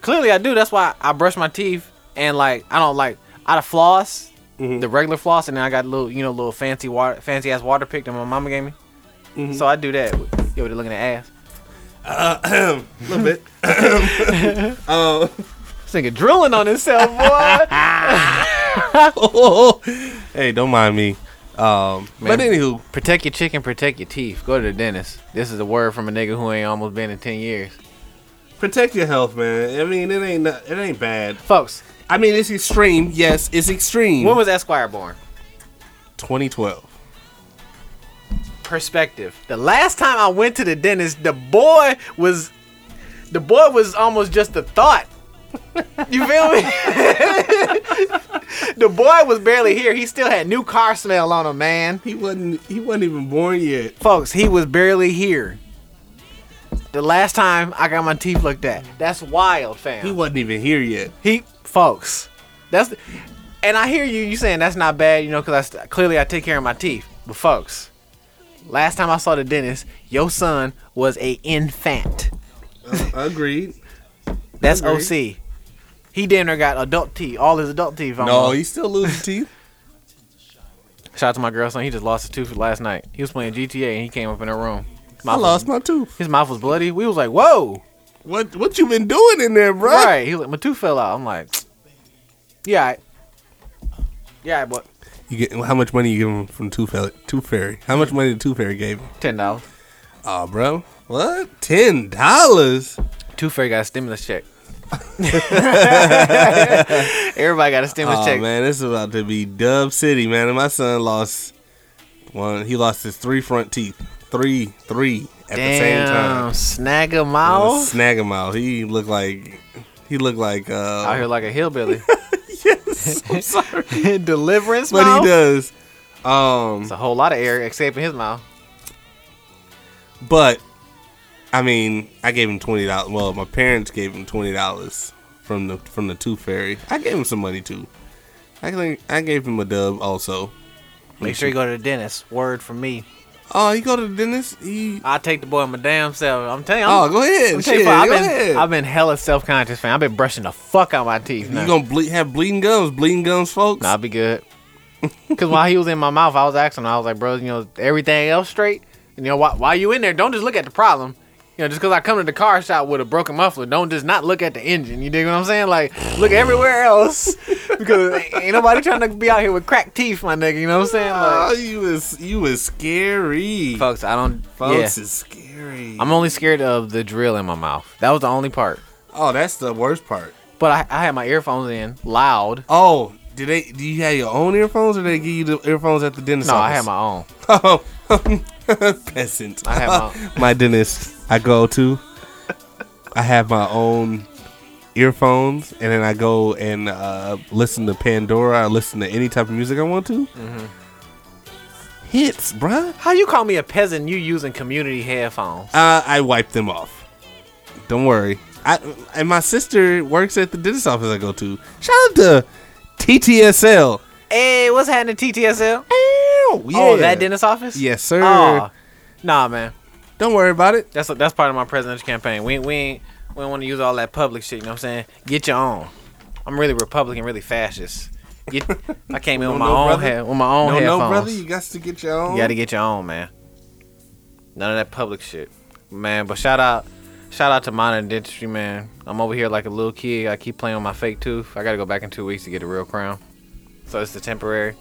Clearly, I do. That's why I brush my teeth and like I don't like I floss Mm-hmm. the regular floss, and then I got little, you know, little fancy water, fancy ass water pick that my mama gave me. Mm-hmm. So I do that. Yo, they're looking at ass. A little bit. This nigga drilling on himself, boy. hey, don't mind me. Um, but Man. anywho, Protect your chicken, protect your teeth. Go to the dentist. This is a word from a nigga who ain't almost been in 10 years. protect your health, man. I mean, it ain't not- it ain't bad. Folks, I mean, it's extreme. Yes, it's extreme. when was Esquire born? 2012? Perspective. The last time I went to the dentist, the boy was the boy was almost just a thought. You feel me? the boy was barely here. He still had new car smell on him, man. He wasn't. He wasn't even born yet. Folks, he was barely here. The last time I got my teeth looked at. That's wild, fam. He wasn't even here yet. He folks. That's the, and I hear you. You saying that's not bad, you know, because I st- clearly I take care of my teeth. But folks, last time I saw the dentist, your son was a infant. Agreed. That's Agreed. OC. He damn near got adult teeth, all his adult teeth. No, almost. he still losing teeth. shout out to my girl son. He just lost his tooth last night. He was playing GTA and he came up in her room. I Mouth was- lost my tooth. His mouth was bloody. We was like, whoa, What What you been doing in there, bro? right? He was like, my tooth fell out. I'm like, yeah, all right. yeah, but You get how much money you give him from Tooth Fairy? Tooth Fairy. How much money did Tooth Fairy gave him? ten dollars. Oh, bro. What? Ten dollars? Tooth Fairy got a stimulus check. Everybody got a stimulus Oh check. man, this is about to be Dub City, man. And my son lost one. He lost his three front teeth. Three, three at the same Damn, time. snag a mouth. Snag him out. He looked like. He looked like. Uh, Out here like a hillbilly. yes. I'm sorry. Deliverance but mouth. he does. Um, It's a whole lot of air escaping his mouth. but I mean, I gave him twenty dollars. Well, my parents gave him twenty dollars from the from the Tooth Fairy. I gave him some money too. I think I gave him a dub also. Make sure you go to the dentist. Word from me. Oh, he go to the dentist. He I take the boy my damn self. I'm telling you. oh, I'm, go ahead. I'm telling you, Shit, go I've ahead. been, I've been hella self conscious, fam. I've been brushing the fuck out my teeth. you now. gonna ble- have bleeding gums? Bleeding gums, folks. Nah, I'll be good. Cause while he was in my mouth, I was asking him, I was like, bro, you know, everything else straight? And you know, why while you in there, don't just look at the problem. You know, just cause I come to the car shop with a broken muffler, don't just not look at the engine. You dig what I'm saying? Like, look everywhere else. Because ain't nobody trying to be out here with cracked teeth, my nigga. You know what I'm saying? Oh, Like, you was you was scary. folks, I don't. Folks yeah. is scary. I'm only scared of the drill in my mouth. That was the only part. oh, that's the worst part. But I, I had my earphones in loud. Oh, do they? Do you have your own earphones, or they give you the earphones at the dentist? No, I had office? my own. Oh, peasant. I have my- my dentist. I go to. I have my own earphones, and then I go and uh, listen to Pandora. I listen to any type of music I want to. Mm-hmm. Hits, bruh. How you call me a peasant? You using community headphones? Uh, I wipe them off. Don't worry. I and my sister works at the dentist office I go to. Shout out to TTSL. Hey, what's happening, TTSL? Ow, Oh, yeah. that dentist office? Yes, sir. Oh, nah, man. Don't worry about it. That's that's part of my presidential campaign. We we ain't, we don't want to use all that public shit. You know what I'm saying? Get your own. I'm really Republican, really fascist. Get, I came in with my know, own brother. head, with my own No, headphones. no, brother, you got to get your own. You gotta get your own, man. None of that public shit, man. But shout out, shout out to modern dentistry, man. I'm over here like a little kid. I keep playing with my fake tooth. I gotta go back in two weeks to get a real crown. So it's the temporary.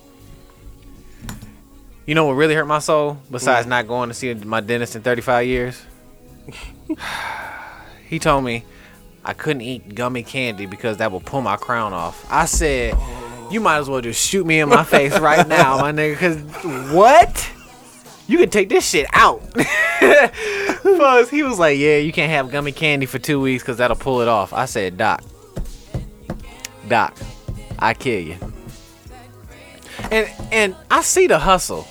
You know what really hurt my soul? Besides not going to see my dentist in 35 years, he told me I couldn't eat gummy candy because that would pull my crown off. I said, "You might as well just shoot me in my face right now, my nigga." Cause what? You can take this shit out. Fuzz, he was like, "Yeah, you can't have gummy candy for two weeks because that'll pull it off." I said, "Doc, Doc, I kill you." And and I see the hustle.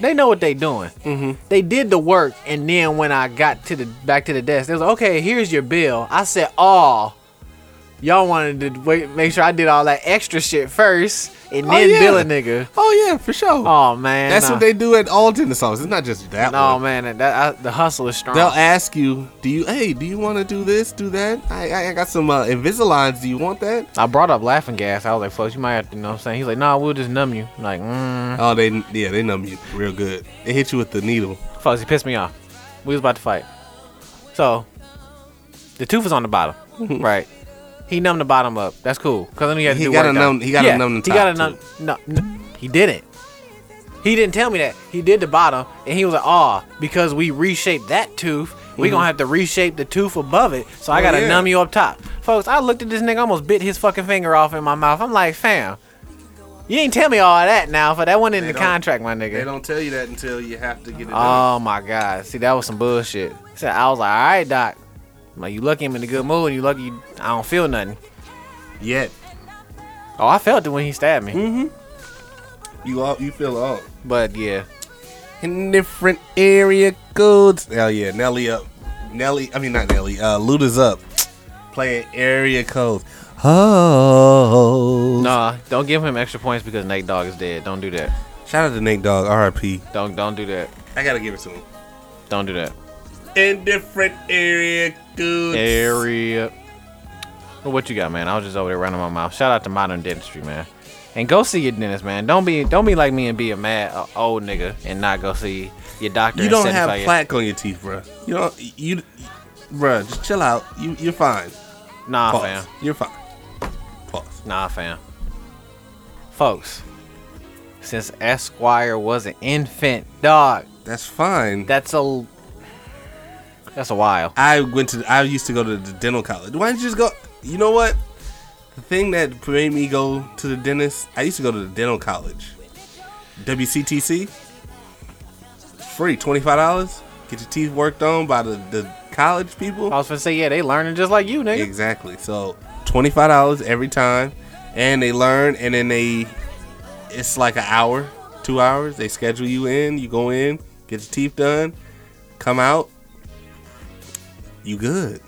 They know what they doing. Mm-hmm. They did the work, and then when I got to the back to the desk, they was like, "Okay, here's your bill." I said, "Oh, Y'all wanted to wait, make sure I did all that extra shit first and Oh, then yeah. bill a nigga. Oh yeah, for sure. Oh man, That's nah. what they do at all tennis songs. It's not just that No one. man, that, that I, the hustle is strong. They'll ask you, "Do you? Hey, do you want to do this? Do that? I, I, I got some uh, Invisaligns. Do you want that?" I brought up laughing gas. I was like, "Folks, you might have to you know." What I'm saying he's like, "Nah, we'll just numb you." I'm like, mm. Oh, they yeah, they numb you real good. They hit you with the needle. folks, he pissed me off. We was about to fight, so the tooth was on the bottom, right? He numbed the bottom up. That's cool because then he had to He do gotta workout. numb- he gotta Yeah, numb the He got top, to numb. No, no, he didn't. He didn't tell me that. He did the bottom, and he was like, "Ah, because we reshaped that tooth, we gonna have to reshape the tooth above it. So I Mhm. Oh, gotta yeah. numb you up top, folks." I looked at this nigga, almost bit his fucking finger off in my mouth. I'm like, "Fam, you ain't tell me all that now, for that wasn't in the They don't- contract, my nigga." don't tell you that until you have to get it. Oh my god! See, that was some bullshit. So I was like, "All right, doc." I'm like, you lucky I'm in a good mood, and you lucky you- I don't feel nothing. Yet Oh, I felt it when he stabbed me. Mm-hmm. you all you feel all But yeah, in different area codes. Hell yeah, Nelly up. Nelly, I mean not Nelly. Uh, Luda's up playing area codes. Oh nah, don't give him extra points because Nate Dogg is dead. Don't do that. Shout out to Nate Dogg, R.I.P. Don't don't do that. I gotta give it to him. Don't do that. In different area codes. Area. Well, what you got, man? I was just over there running my mouth. Shout out to Modern Dentistry, man. And go see your dentist, man. Don't be don't be like me and be a mad uh, old nigga and not go see your doctor. You and don't satisfy have your- plaque on your teeth, bruh. You don't. You, bruh, just chill out. You, you're fine. Nah, Pause. fam. You're fine. Pause. Nah, fam. Folks, since Esquire was an infant dog, That's fine. that's a that's a while. I went to. I used to go to the dental college. Why didn't you just go? You know what? The thing that made me go to the dentist. I used to go to the dental college. WCTC. Free twenty five dollars. Get your teeth worked on by the, the college people. I was gonna say, yeah, they learning just like you, nigga. Exactly. So twenty five dollars every time, and they learn, and then they, it's like an hour, two hours. They schedule you in. You go in, get your teeth done, come out. You good?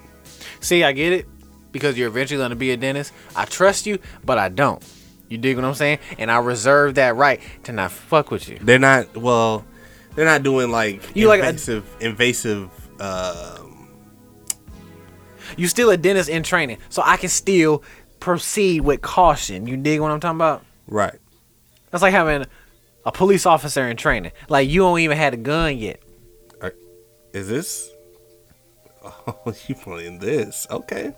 See, I get it because you're eventually gonna be a dentist. I trust you, but I don't. You dig what I'm saying? And I reserve that right to not fuck with you. They're not well. They're not doing like You like uh, a- invasive, invasive. um You still a dentist in training, so I can still proceed with caution. You dig what I'm talking about? right. That's like having a police officer in training. Like you don't even had a gun yet. Are- Is this? Oh, you playing this? Okay.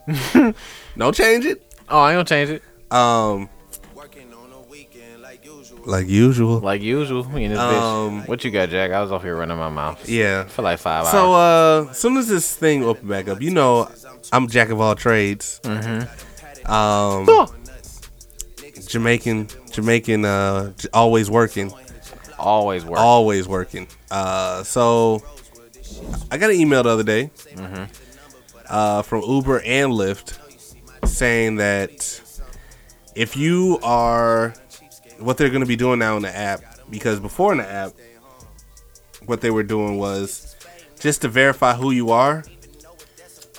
no change it. Oh, I ain't gonna change it. Um, Working on a weekend like usual. like usual. Like usual, we in this Um, bitch. What you got, Jack? I was off here running my mouth Yeah. for like five So, hours. uh, soon as this thing opened back up, you know, I'm jack of all trades. Um, Jamaican, Jamaican, uh, j- always working, always work. always working. Uh, so I got an email the other day, uh, from Uber and Lyft saying that if you are what they're going to be doing now in the app, because before in the app, what they were doing was just to verify who you are.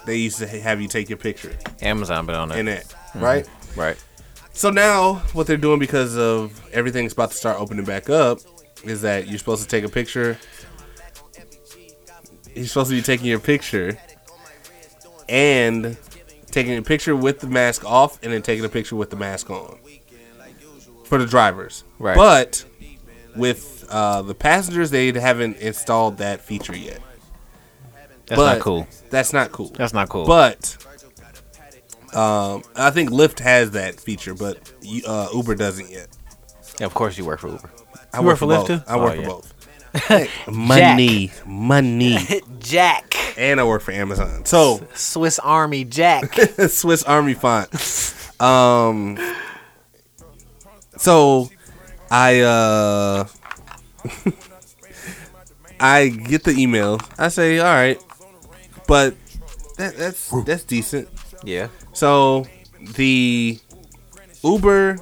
They used to ha- have you take your picture Amazon been on in it, it, right? right? So now, what they're doing because of everything's about to start opening back up is that you're supposed to take a picture. You're supposed to be taking your picture and taking a picture with the mask off and then taking a picture with the mask on for the drivers. Right. But with uh, the passengers, they haven't installed that feature yet. That's but not cool. That's not cool. That's not cool. But um, I think Lyft has that feature, but you- uh, Uber doesn't yet. Yeah, of course, you work for Uber. I You work for Lyft both. too? I Oh, work for yeah. both. Hey, money, money, Jack, and I work for Amazon. So Swiss Army Jack. Swiss Army font. Um, so I uh, I get the email. I say, all right, but that, that's that's decent. yeah, So the Uber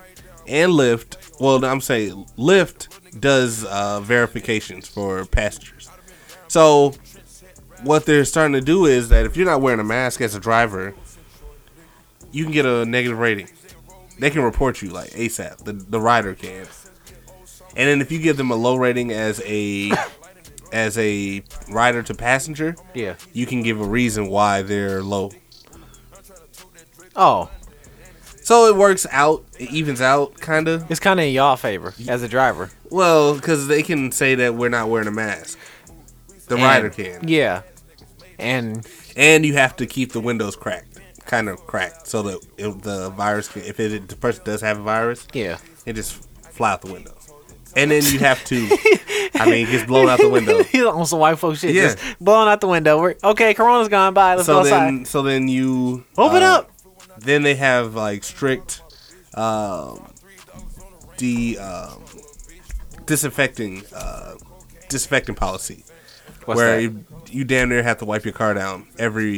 and Lyft, well, I'm saying Lyft does uh, verifications for passengers. So what they're starting to do is that if you're not wearing a mask as a driver, you can get a negative rating. They can report you like ASAP. The the rider can. And then if you give them a low rating as a as a rider to passenger, Yeah. you can give a reason why they're low. Oh, So it works out. It evens out, kind of. it's kind of in y'all favor as a driver. Well, because they can say that we're not wearing a mask. The And- rider can. Yeah. And And you have to keep the windows cracked, kind of cracked, so that if the virus, can, if it, the person does have a virus, yeah. it just fly out the window. And then you have to, I mean, it gets blown out the window. He's on some white folk shit. Yeah. Just blowing out the window. We're, okay, Corona's gone. Bye. Let's go So outside. then, so then you Open uh, up. Then they have like strict, um, the um, disinfecting, uh, disinfecting policy. What's where that? You, you damn near have to wipe your car down every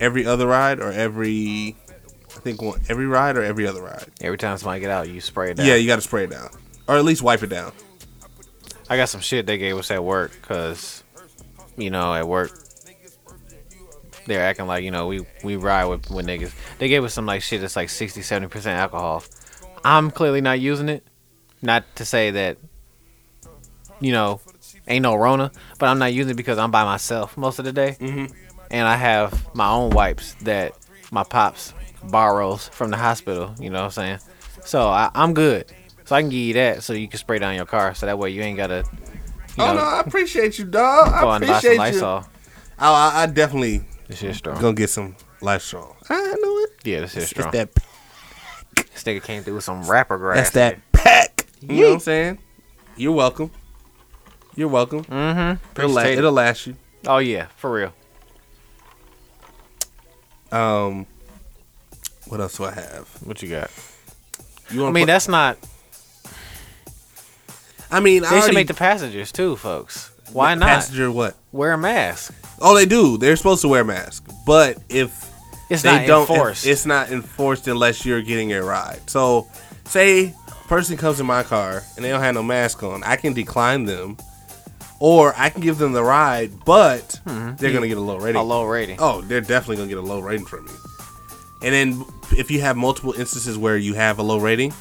every other ride or every I think one, every ride or every other ride. Every time somebody get out, you spray it down. Yeah, you got to spray it down or at least wipe it down. I got some shit they gave us at work because, you know, at work they're acting like you know we we ride with with niggas. They gave us some like shit that's like 60, 70 percent alcohol. I'm clearly not using it. Not to say that, you know, ain't no Rona, but I'm not using it because I'm by myself most of the day, mm-hmm. and I have my own wipes that my pops borrows from the hospital. You know what I'm saying? So I, I'm good. So I can give you that, so you can spray down your car, so that way you ain't gotta, you oh know, no, I appreciate you, dog. go I and buy some appreciate you. Oh, Lysol. I, I definitely This shit strong. gonna get some Lysol. I know it. Yeah, this shit strong. It's that. This nigga came through with some rapper grass. That's that pack. You know what I'm saying? You're welcome. You're welcome. Mm-hmm. It'll, la- Appreciate Mm, it. it'll last you. Oh yeah, for real. Um, what else do I have? What you got? You I want? mean, that's not. I mean, I They should already- make the passengers too, folks. Why not Passenger what? wear a mask? Oh, they do. They're supposed to wear a mask, but if It's they not don't, enforced. if- it's not enforced unless you're getting a ride. So, say a person comes in my car and they don't have no mask on, I can decline them, or I can give them the ride, but they're gonna get a low rating. Hmm, a low rating. Oh, they're definitely gonna get a low rating from me. And then if you have multiple instances where you have a low rating,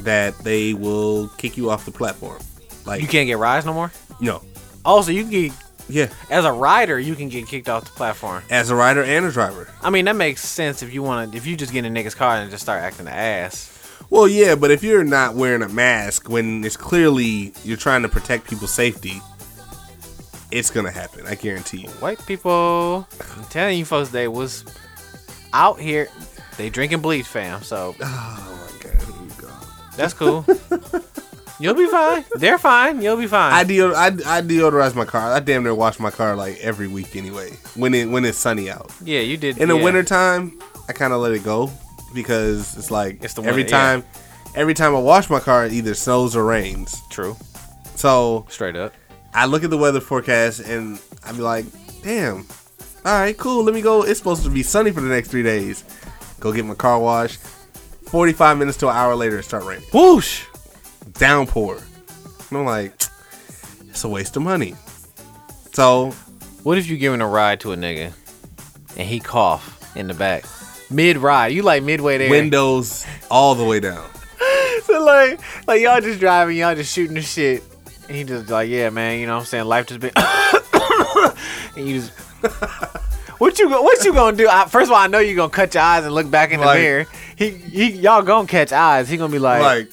that they will kick you off the platform. Like You can't get rides no more. no, Also, you can get yeah, as a rider, you can get kicked off the platform. as a rider and a driver. I mean, that makes sense if you want to. If you just get in a nigga's car and just start acting the ass. Well, yeah, but if you're not wearing a mask when it's clearly you're trying to protect people's safety, it's gonna happen. I guarantee you. White people, I'm telling you, folks, they was out here. They drinking bleach, fam. So Oh my god, here we go. that's cool. You'll be fine. They're fine. You'll be fine. I, deod- I, I deodorize my car. I damn near wash my car like every week anyway. When it when it's sunny out. yeah, you did. In the yeah. wintertime, I kind of let it go because it's like It's the every winter, yeah. time, every time I wash my car, it either snows or rains. True. So Straight up. I look at the weather forecast and i be like, damn, all right, cool, let me go. It's supposed to be sunny for the next three days. Go get my car washed. 45 minutes to an hour later, it start raining. Whoosh. Downpour. And I'm like, it's a waste of money. So, What if you giving a ride to a nigga and he cough in the back? Mid ride. You like midway there. windows all the way down. So like like y'all just driving, y'all just shooting the shit. And he just like, yeah, man, you know what I'm saying? Life just been and you just What you go, what you gonna do? I, first of all, I know you gonna cut your eyes and look back in the Like- mirror. He, he y'all gonna catch eyes. He gonna be like, I'm like,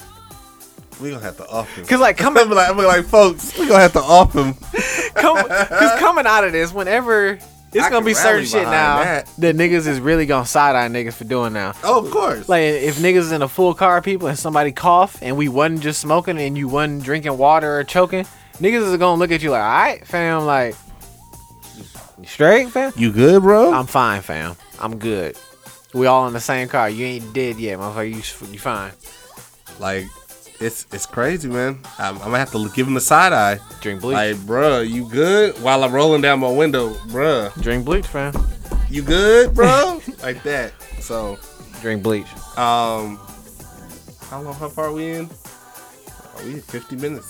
we gonna have to off him. cause like coming I'm like, I'm like, folks, we gonna have to off him. come, cause coming out of this, whenever it's I gonna can be certain rally shit behind now that. that. niggas is really gonna side eye niggas for doing now. Oh, of course. Like if niggas is in a full car, of people, and somebody cough, and we wasn't just smoking, and you wasn't drinking water or choking, niggas is gonna look at you like, all right, fam, like, you straight, fam. you good, bro? I'm fine, fam. I'm good. We all in the same car. You ain't dead yet, motherfucker. You you fine. Like, it's it's crazy, man. I'm, I'm gonna have to l- give him the side eye. Drink bleach. Like, bruh, you good? While I'm rolling down my window, bruh, Drink bleach, fam. you good, bro? like that. So, Drink bleach. um, how long? How far are we in? Are we at 50 minutes?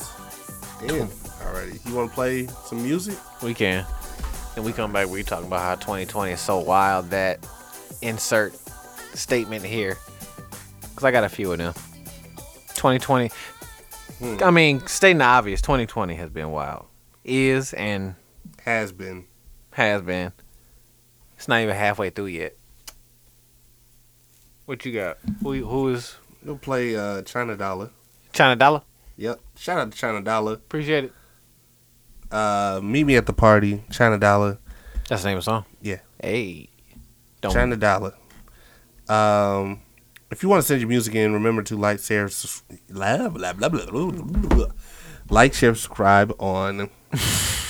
Damn. Alrighty. You want to play some music? We can. Then we come back. We talking about how 2020 is so wild that insert statement here because I got a few of them. 2020. Hmm. I mean, stating the obvious, 2020 has been wild. Is and Has been. has been. It's not even halfway through yet. What you got? Who who is You'll play uh, China Dollar. China Dollar? Yep. Shout out to China Dollar. Appreciate it. Uh, meet me at the party. China Dollar. That's the name of the song. Yeah. Hey. Don't China Dollar. Um, if you want to send your music in, remember to like, share, sus- blah, blah, blah, blah, blah, blah, blah. like, share, subscribe on.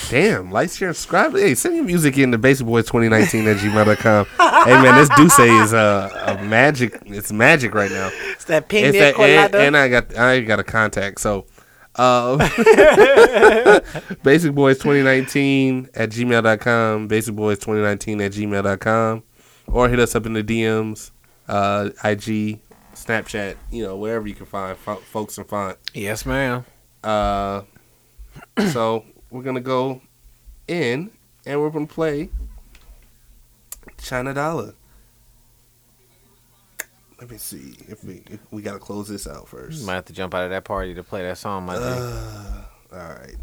Damn, like, share, subscribe. Hey, send your music in to basicboys2019 at gmail.com. hey, man, this Duce is uh, a magic. It's magic right now. it's that pink It's that, and, and I got I ain't got a contact. So, uh, Basic Boys 2019 at gmail.com, Basic Boys 2019 at gmail.com, or hit us up in the DMs, uh, IG, Snapchat, you know, wherever you can find fo- folks and find. Yes, ma'am. Uh, so, we're going to go in and we're going to play China Dollar. Let me see if we if we gotta close this out first. Might have to jump out of that party to play that song. My nigga. Uh, all right.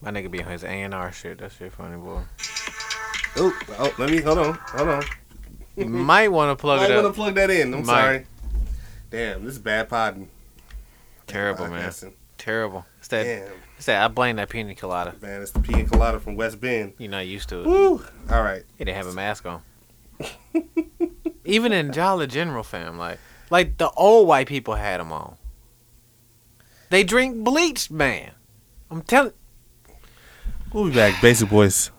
my nigga be on his A and R shit. That shit funny boy. Oh, oh, let me hold on, hold on. You might want to plug I it want to up. plug that in. I'm Mike. sorry. Damn, this is bad podding. Terrible man. Podcasting. Terrible. It's that. Damn, It's that. I blame that pina colada. man, it's the pina colada from West Bend. You're not used to it. Woo! All right, He didn't have a mask on. Even in Jolly General, fam, like, like the old white people had them on. They drink bleach, man. I'm telling. we'll be back. Basic Boys,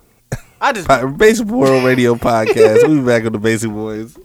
I just Po- Basic World Radio Podcast. We'll be back with the Basic Boys.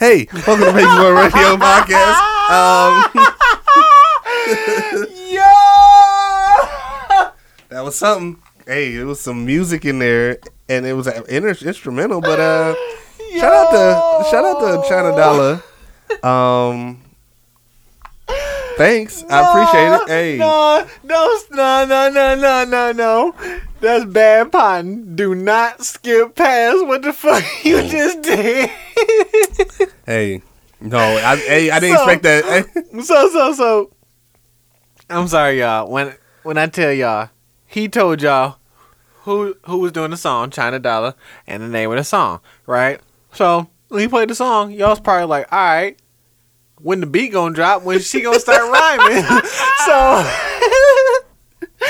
Hey, welcome to Making One Radio Podcast. Um, that was something. Hey, it was some music in there, and it was an inter- instrumental. But uh, shout out to shout out to China Dollar. Um, thanks, I appreciate it. Hey, No, no, no, no, no, no, no, no. That's bad pun. Do not skip past what the fuck you Oh. just did. hey, no, I, hey, I didn't So- expect that. Hey. so, so, so. I'm sorry, y'all. When when I tell y'all, he told y'all who who was doing the song, China Dollar, and the name of the song, right? So when he played the song, y'all was probably like, all right. When the beat gonna drop? When she gonna start rhyming? so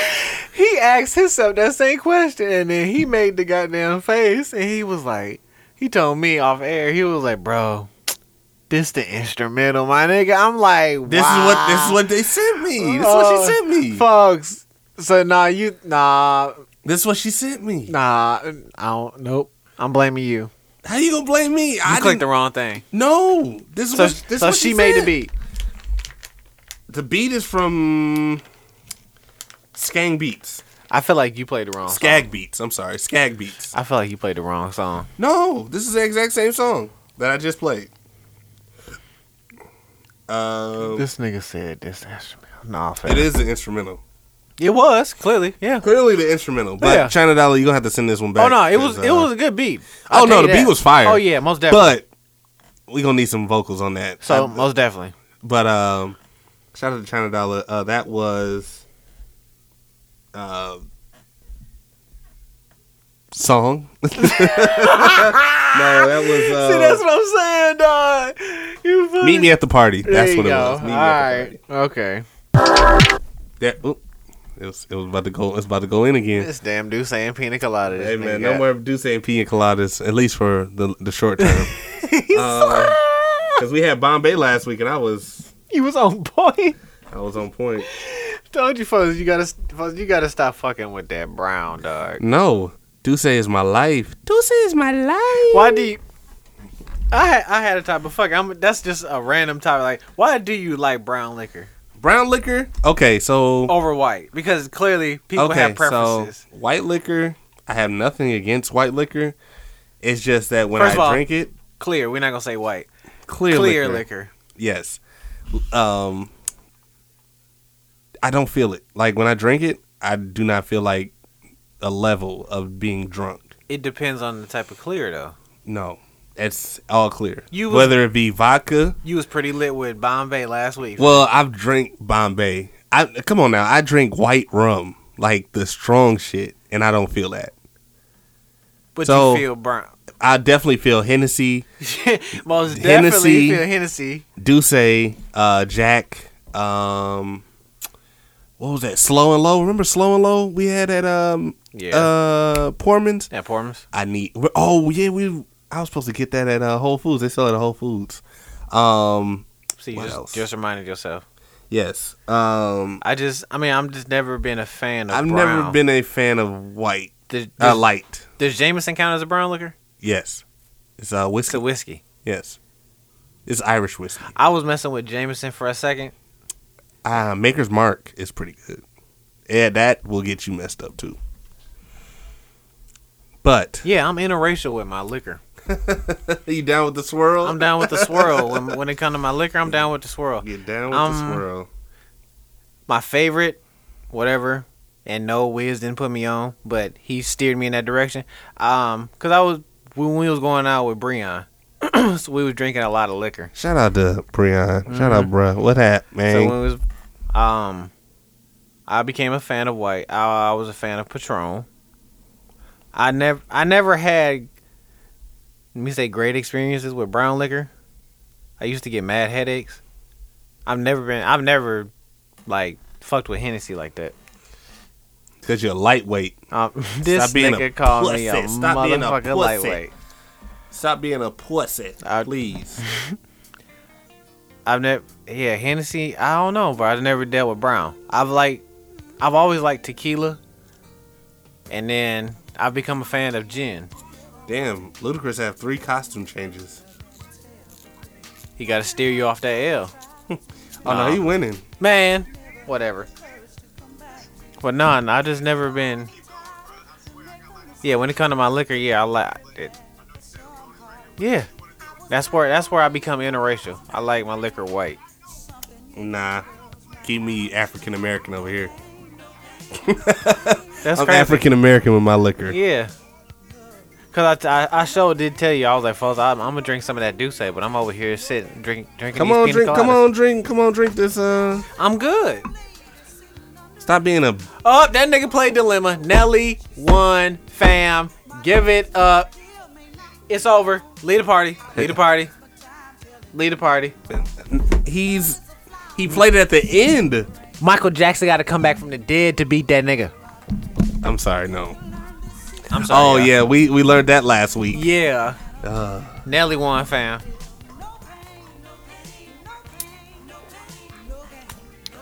he asked himself that same question, and then he made the goddamn face, and he was like, he told me off air, he was like, bro, this the instrumental, my nigga. I'm like, This is what this is what they sent me. This is what Oh, she sent me. folks. So nah, you nah This is what she sent me. nah. I don't. Nope. I'm blaming you. You How you gonna blame me? I clicked clicked the wrong thing. No, this is So, what this so what she made the said. beat. The beat is from Skang Beats. I feel like you played the wrong. Song. Skag Beats. I'm sorry, Skag Beats. I feel like you played the wrong song. No, this is the exact same song that I just played. Um, This nigga said this instrumental. Nah, fam. it is the instrumental. It was clearly, yeah. Clearly the instrumental, but Yeah. China Dollar, you are gonna have to send this one back. Oh no, it was 'cause, it uh, was a good beat. Oh I'll no, tell you the beat that. was fire. Oh yeah, most definitely. but we gonna need some vocals on that. so I- most definitely. But um, shout out to China Dollar. Uh, that was uh, song. no, that was uh, See, that's what I'm saying, dog. You fucking- meet me at the party. There that's you what it go. was. Meet me All at the right. Okay. party. There, oop. it was it was about to go. It's about to go in again. This damn dude saying pina colada. this Hey nigga man, got. no more Duce and pina coladas, at least for the the short term. Uh, Because we had Bombay last week, and I was He was on point. I was on point. Told you, folks, you gotta, folks, you gotta stop fucking with that brown dog. No, Duce is my life. Duce is my life. Why do you? I had, I had a topic. Fuck, I'm. That's just a random topic. Like, why do you like brown liquor Brown liquor. Okay, so over white? Because clearly Oh, people have preferences. So white liquor, I have nothing against white liquor. It's just that when First of I all, drink it, Clear. We're not gonna say white. clear, Clear liquor, liquor. Yes. Um I don't feel it. Like when I drink it, I do not feel like a level of being drunk. It depends on the type of clear though. No. It's all clear. You was- Whether it be vodka. You was pretty lit with Bombay last week. Well, I've drink Bombay. I come on now, I drink white rum, like the strong shit, and I don't feel that. but so- you feel brown. I definitely feel Hennessy. Most definitely Hennessy. feel Hennessy. Duce, uh, Jack, um, what was that? Slow and low. Remember slow and low? We had at um, Yeah. uh, Poorman's. Yeah, Portman's. I need. Oh yeah, we. I was supposed to get that at uh, Whole Foods. They sell it at Whole Foods. Um, See, you What just, else? just reminded yourself. yes. Um, I just, I mean, I'm just never been a fan of. I've never brown. been a fan of white. Does, Uh, does, light. does Jameson count as a brown liquor? Yes. It's It's uh a whiskey. whiskey. Yes. It's Irish whiskey. I was messing with Jameson for a second. Uh, Maker's Mark is pretty good. Yeah, that will get you messed up too. But Yeah, I'm interracial with my liquor. Are you down with the swirl? I'm down with the swirl. When, when it comes to my liquor, I'm down with the swirl. Get down with Um, the swirl. My favorite, whatever, and no Wiz didn't put me on, but he steered me in that direction. Um, cause I was when we was going out with Breon, so we was drinking a lot of liquor. Shout out to Breon. Shout Mhm. out, bruh. What happened, So man? when it was, um, I became a fan of white. I, I was a fan of Patron. I never, I never had, let me say, great experiences with brown liquor. I used to get mad headaches. I've never been, I've never, like, fucked with Hennessy like that. Because you're lightweight. Um, this Stop being a nigga called me a pussy. Stop being a motherfucking pussy. lightweight. Stop being a pussy, I- please. I've never, yeah, Hennessy. I don't know, bro. I've never dealt with brown. I've like, I've always liked tequila, and then I've become a fan of gin. Damn, Ludacris have three costume changes. He got to steer you off that L. Oh no, he winning. Man, whatever. But nah, nah, I've just never been. Yeah, when it comes to my liquor, yeah, I like it. Yeah, that's where that's where I become interracial. I like my liquor white. Nah, keep me African American over here. That's I'm crazy. African American with my liquor. Yeah. Cause I, t- I, I sure did tell you I was like, folks, I'm, I'm gonna drink some of that Douce, but I'm over here sitting, drink, drinking. Come these on, pina drink. Come coladas. on, drink. Come on, drink this. Uh, I'm good. stop being a. Oh, that nigga played Dilemma. Nelly won, fam. Give it up. It's over. Lead a party. Lead a party. Lead a party. He's he played it at the end. Michael Jackson got to come back from the dead to beat that nigga. I'm sorry, no. I'm sorry. Oh y'all. yeah, we we learned that last week. Uh, Yeah. Nelly won, fam.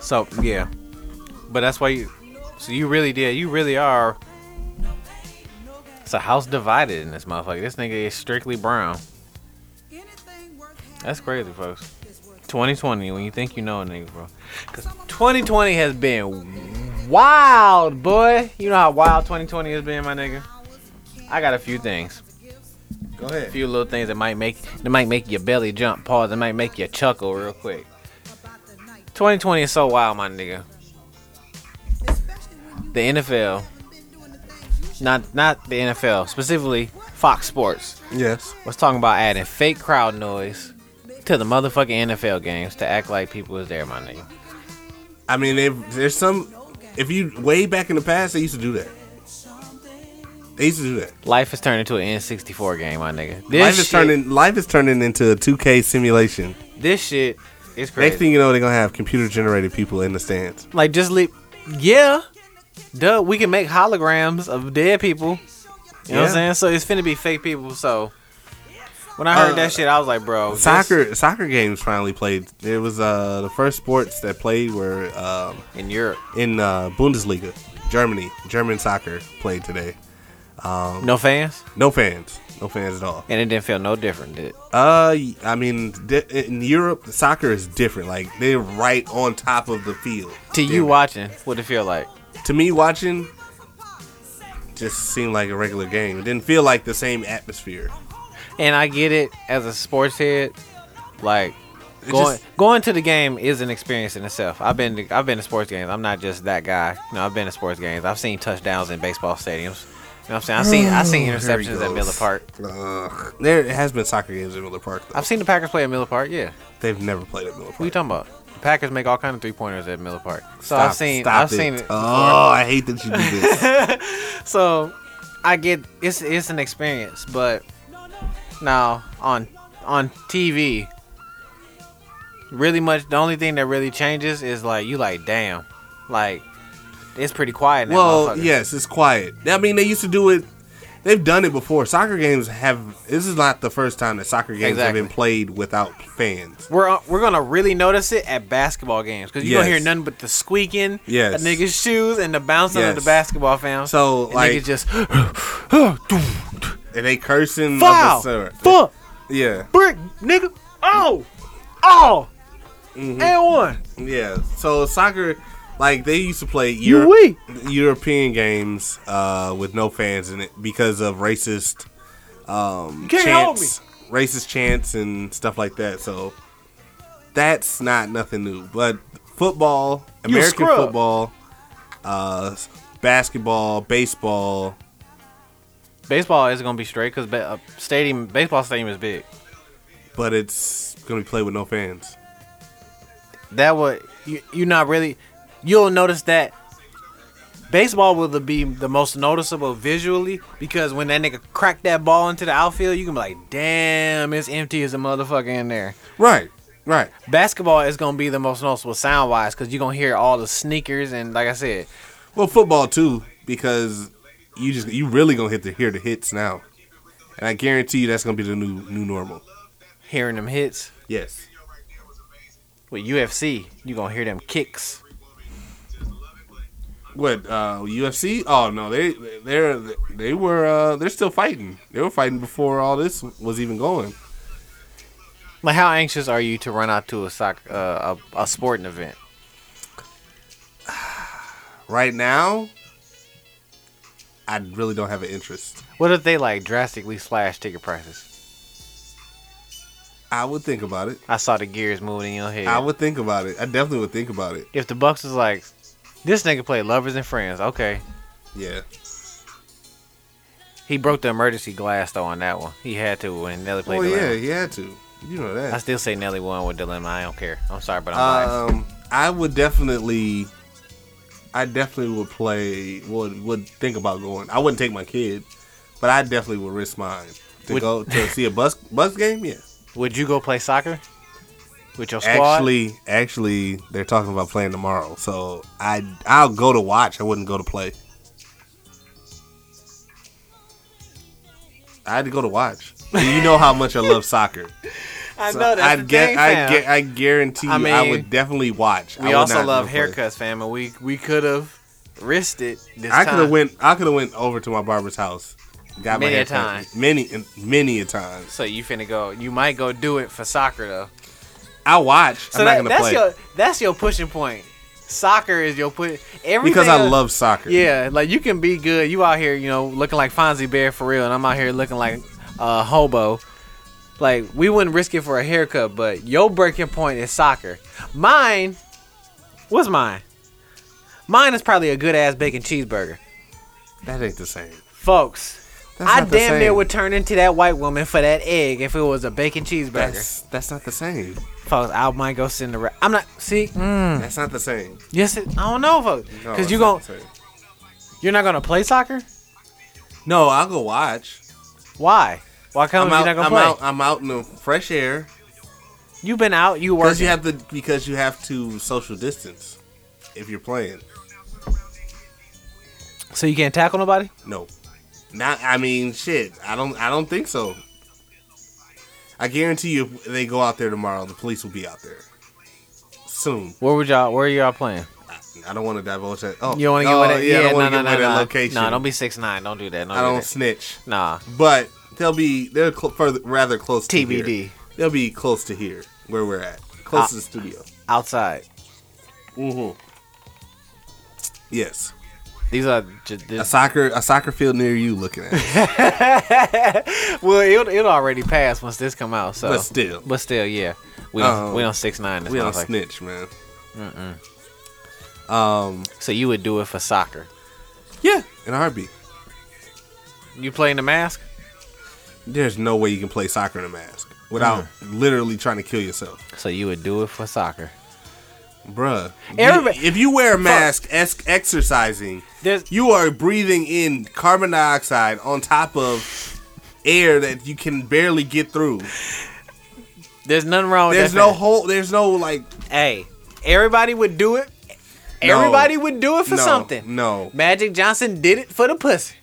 So yeah, but that's why you. So you really did. You really are. It's a house divided in this motherfucker. This nigga is strictly brown. That's crazy, folks. 2020, when you think you know a nigga, bro. 'Cause 2020 has been wild, boy. You know how wild 2020 has been, my nigga. I got a few things Go a ahead. few little things that might make that might make your belly jump, pause, that might make you chuckle real quick. 2020 is so wild, my nigga. The NFL, not not the NFL, specifically Fox Sports, Yes. was talking about adding fake crowd noise to the motherfucking NFL games to act like people was there, my nigga. I mean, if there's some, if you way back in the past, they used to do that. They used to do that. Life is turning into an N64 game, my nigga. This life shit, is turning. Life is turning into a 2K simulation. This shit is crazy. Next thing you know, they're gonna have computer generated people in the stands. Like just leave. Yeah, duh. We can make holograms of dead people. You know what I'm saying? Yeah. So it's finna be fake people. So when I heard Uh, that shit, I was like, bro, this- Soccer, soccer games finally played. There was uh the first sports that played were um, in Europe, in uh, Bundesliga, Germany. German soccer played today. no fans, No fans, no fans at all. and it didn't feel no different. Did it? Uh, I mean, di- in Europe, soccer is different. Like they're right on top of the field. to you watching, what it feel like? to me watching just seemed like a regular game. It didn't feel like the same atmosphere. And I get it as a sports head, like. It Going, just- going to the game is an experience in itself. I've been to, I've been to sports games. I'm not just that guy. No, I've been to sports games. I've seen touchdowns in baseball stadiums. You know what I'm saying? I've seen I've seen Oh, Here he interceptions at goes. Miller Park. Ugh. There has been soccer games at Miller Park. Though. I've seen the Packers play at Miller Park. Yeah, They've never played at Miller Park. what you talking about? The Packers make all kind of three pointers at Miller Park. So Stop- I've seen, stop I've seen it. Oh, I hate that you do this. So I get it's it's an experience, but now on on TV, really much the only thing that really changes is like you like damn, like it's pretty quiet. in that well, motherfucker. yes, it's quiet. I mean, they used to do it. They've done it before. Soccer games have. This is not the first time that soccer games have Exactly. been played without fans. We're, uh, we're gonna really notice it at basketball games because you don't Yes. hear nothing but the squeaking, Yes. a nigga's shoes, and the bouncing of Yes. the basketball fam. So, And like- niggas just And they cursing. of the foul, sort. fuck, Yeah. brick, nigga. Oh, oh, and one. Yeah. So soccer, like they used to play Euro- wee. European games uh, with no fans in it because of racist um, can't hold chants, racist chants and stuff like that. So that's not nothing new. But football, You a American scrub. football, uh, basketball, baseball. Baseball is gonna be straight because ba- uh, stadium baseball stadium is big. But it's gonna be played with no fans. That would you, you're not really. You'll notice that baseball will be the most noticeable visually because when that nigga cracked that ball into the outfield, you can be like, "Damn, it's empty as a motherfucker in there." Right. Right. Basketball is gonna be the most noticeable sound wise because you're gonna hear all the sneakers and like I said, Well, football too, because you just you really gonna hit the hear the hits now, and I guarantee you that's gonna be the new new normal. hearing them hits Yes. with UFC, you gonna hear them kicks. What uh, UFC? Oh no, they they're they were uh, they're still fighting. They were fighting before all this was even going. Like, how anxious are you to run out to a soc- uh, a, a sporting event? Right now, I really don't have an interest. What if they like drastically slash ticket prices? I would think about it. I saw the gears moving in your head. I would think about it. I definitely would think about it. if the Bucks was like, this nigga played lovers and friends, okay. Yeah. He broke the emergency glass though on that one. He had to when Nelly played Well, Oh, yeah, Dilemma. he had to. You know I that. still say Nelly won with Dilemma. I don't care. I'm sorry, but I'm biased. Um, I would definitely, I definitely would play. Would would think about going. I wouldn't take my kid, but I definitely would risk mine to Would- go to see a bus bus game. Yeah. Would you go play soccer with your squad? Actually, actually, they're talking about playing tomorrow. So I I'll go to watch. I wouldn't go to play. I had to go to watch. You know how much I love soccer. I So know that's I'd the gu- thing, I fam. gu- I guarantee you, I I, mean, would definitely watch. I We would also not love go play. haircuts, fam, and we we could have risked it. This I could time. have went. I could have went over to my barber's house. Got Many my a hair cut. time. Many many a times. So you finna go? You might go do it for soccer though. I watch. So I'm that, not gonna that's play your that's your pushing point. Soccer is your put everything because I else- love soccer. Yeah, like you can be good. You out here, you know, looking like Fonzie Bear for real, and I'm out here looking like a hobo. Like we wouldn't risk it for a haircut, but your breaking point is soccer. Mine, what's mine? Mine is probably a good ass bacon cheeseburger, that ain't the same. folks. That's I not the damn same. near would turn into that white woman for that egg if it was a bacon cheeseburger, That's that's not the same. folks. I might go sit in the. Ra- I'm not. See, mm, That's not the same. yes, it, I don't know, folks. No, Cause it's you not gon' the same. you're not gonna play soccer. No, I'll go watch. Why? Why come I'm if you're out. not gonna I'm play? out. I'm out in the fresh air You've been out. You work. because you have to because you have to social distance if you're playing. so you can't tackle nobody. No. Not I mean shit. I don't I don't think so. I guarantee you if they go out there tomorrow, the police will be out there. Soon. Where would y'all? Where are y'all playing? I don't want to divulge that. Oh, You don't want to oh, get away? yeah, Yeah, I yeah no, don't want to no, give no, away no. that location. Nah, don't be six nine. Don't do that. Don't I do don't that. snitch. Nah. But they'll be they're cl- further rather close to here. TBD. They'll be close to here where we're at. Close to the studio. Outside. Mhm. Yes. These are. ju- A This, soccer a soccer field near you looking at. it. well, it'll, it'll already pass once this come out. So. But still. But still, yeah. We don't, Um, we don't six nine. This we don't motherfucker. snitch, man. So you would do it for soccer. Yeah. In a heartbeat. You playing the mask? There's no way you can play soccer in a mask without literally trying to kill yourself, So you would do it for soccer. bruh. Everybody- you, if you wear a mask, es- exercising, There's you are breathing in carbon dioxide on top of air that you can barely get through. there's nothing wrong with There's that. no whole. There's no like. Hey, everybody would do it. Everybody would do it for no, something. No. Magic Johnson did it for the pussy.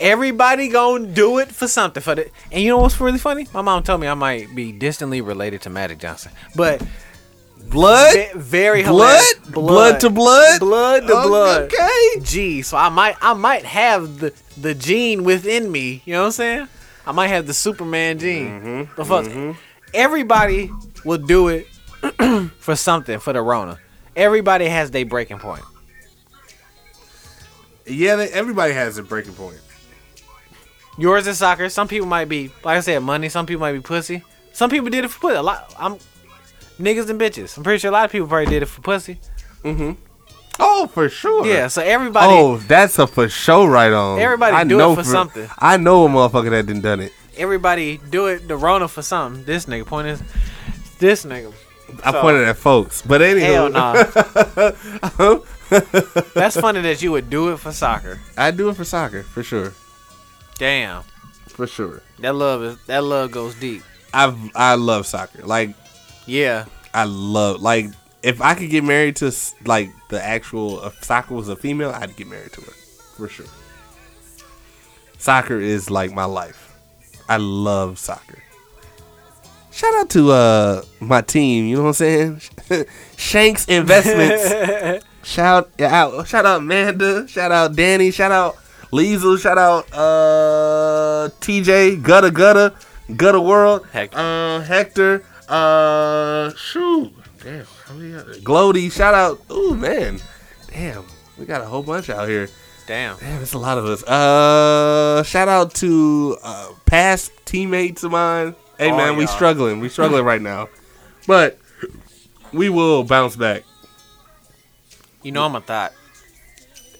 Everybody gonna do it for something for the. And you know what's really funny? My mom told me I might be distantly related to Magic Johnson, but Blood. ve- very Blood? hilarious. blood. to blood. Blood to Oh, blood. Okay. Gee, so I might I might have the the gene within me. You know what I'm saying? I might have the Superman gene. The fuck. Everybody will do it for something for the Rona. Everybody has their breaking point. Yeah. They, everybody has a breaking point. Yours is soccer. Some people might be, like I said, money. Some people might be pussy. Some people did it for pussy. A lot. I'm niggas and bitches. I'm pretty sure a lot of people probably did it for pussy. Oh, for sure. Yeah. So everybody. Oh, that's a for sure right on. Everybody do it know for something. I know a motherfucker that didn't done it. Everybody do it. The Rona for something. This nigga. Point is, this nigga. I So- pointed at folks, but anyway, Hell nah. That's funny that you would do it for soccer. I do it for soccer for sure, Damn. for sure. That love is that love goes deep. I've I love soccer. Like Yeah. I love like if I could get married to s- like the actual if soccer was a female, I'd get married to her for sure. Soccer is like my life. I love soccer. Shout out to uh my team. You know what I'm saying? Shanks Investments. shout out, shout out Amanda. Shout out Danny. Shout out Liesel. Shout out uh TJ Gutta Gutta. Gutter World, Hector. uh, Hector, uh, shoot, damn, how many other- Glody, shout out, ooh man, damn, we got a whole bunch out here. Damn. Damn, it's a lot of us. Uh, shout out to uh, past teammates of mine. Hey Oh, man, we yeah. struggling, we struggling right now, but we will bounce back. You know I'm a thought.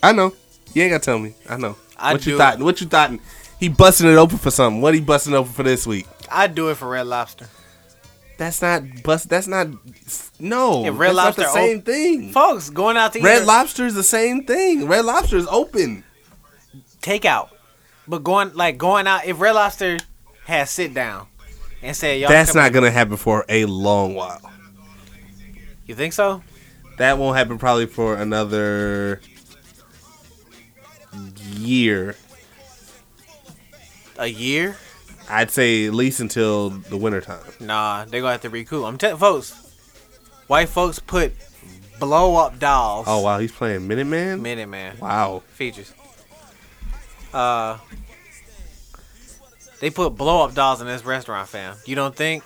I know. You ain't gotta tell me. I know. I what do you it. thought? What you thought? He busting it open for something. What he busting open for this week? I'd do it for Red Lobster. That's not bust. That's not. No, Yeah, Red that's not the Lobster same thing. Folks, going out to eat Red or Lobster is the same thing. Red Lobster is open. takeout. But going like going out if Red Lobster has sit down and said y'all That's come- not gonna happen for a long while. You think so? That won't happen probably for another year. A year? I'd say at least until the winter time. Nah, they're gonna have to recoup. I'm telling folks, white folks put blow up dolls. Oh wow, he's playing Minuteman. minute man Wow. features. Uh, they put blow up dolls in this restaurant, fam. You don't think?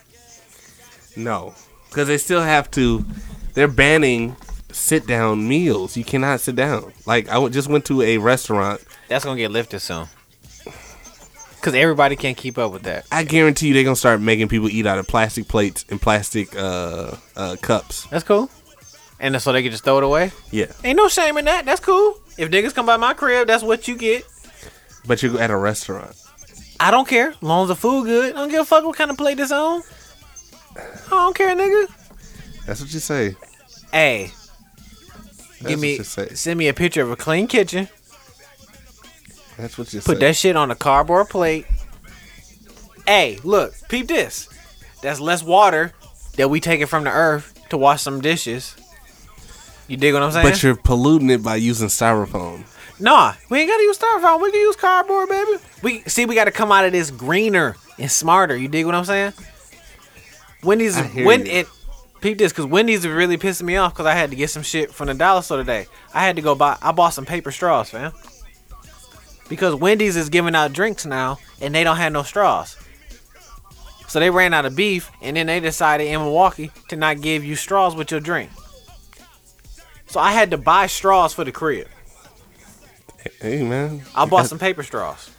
No, because they still have to. They're banning sit down meals. You cannot sit down. Like I w- just went to a restaurant. That's gonna get lifted soon. Cause everybody can't keep up with that. I guarantee you they're gonna start making people eat out of plastic plates and plastic uh, uh, cups. That's cool. And so they can just throw it away. Yeah, Ain't no shame in that. That's cool. If niggas come by my crib, that's what you get. but you're at a restaurant. I don't care. Long as the food good. I don't give a fuck what kind of plate this on. I don't care, nigga. That's what you say. Hey, That's give me What you say. send me a picture of a clean kitchen. That's what you Put say. that shit on a cardboard plate. Hey, look, peep this. That's less water that we taking from the earth to wash some dishes. You dig what I'm saying? but you're polluting it by using styrofoam. Nah, we ain't gotta use styrofoam. We can use cardboard, baby. We see, we gotta come out of this greener and smarter. You dig what I'm saying? Wendy's, I hear when you. it peep this, cause Wendy's is really pissing me off, cause I had to get some shit from the dollar store today. I had to go buy. I bought some paper straws, fam. Because Wendy's is giving out drinks now, and they don't have no straws. So they ran out of beef, and then they decided in Milwaukee to not give you straws with your drink. So I had to buy straws for the crib. Hey man, I bought some paper straws.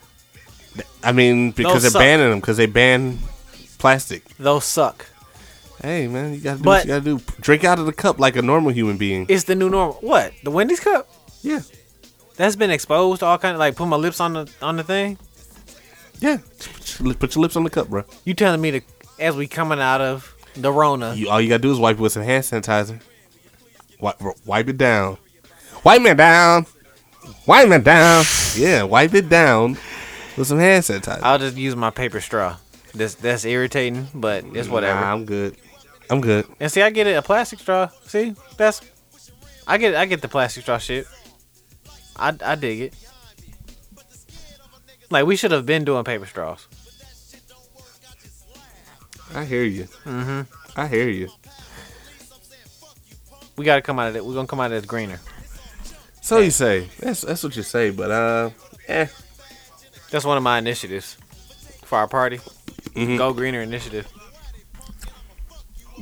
I mean, because Those they're suck. banning them because they ban plastic. Those suck. Hey man, you gotta do But- what you gotta do. Drink out of the cup like a normal human being. It's the new normal. What? The Wendy's cup? Yeah. That's been exposed to all kind of like put my lips on the on the thing. Yeah, Just put your- put your lips on the cup, bro. You telling me to as we coming out of the Rona? You all you gotta do is wipe it with some hand sanitizer. Wipe, wipe it down. Wipe it down. Wipe it down. Yeah, wipe it down with some hand sanitizer. I'll just use my paper straw. That's that's irritating, but it's whatever. Nah, I'm good. I'm good. And see, I get it a plastic straw. See, that's I get I get the plastic straw shit. I I dig it. Like we should have been doing paper straws. I hear you. Mm-hmm. I hear you. We gotta come out of it. We're gonna come out of this greener. So you say. That's that's what you say, but uh, eh. That's one of my initiatives for our party. Go Greener initiative.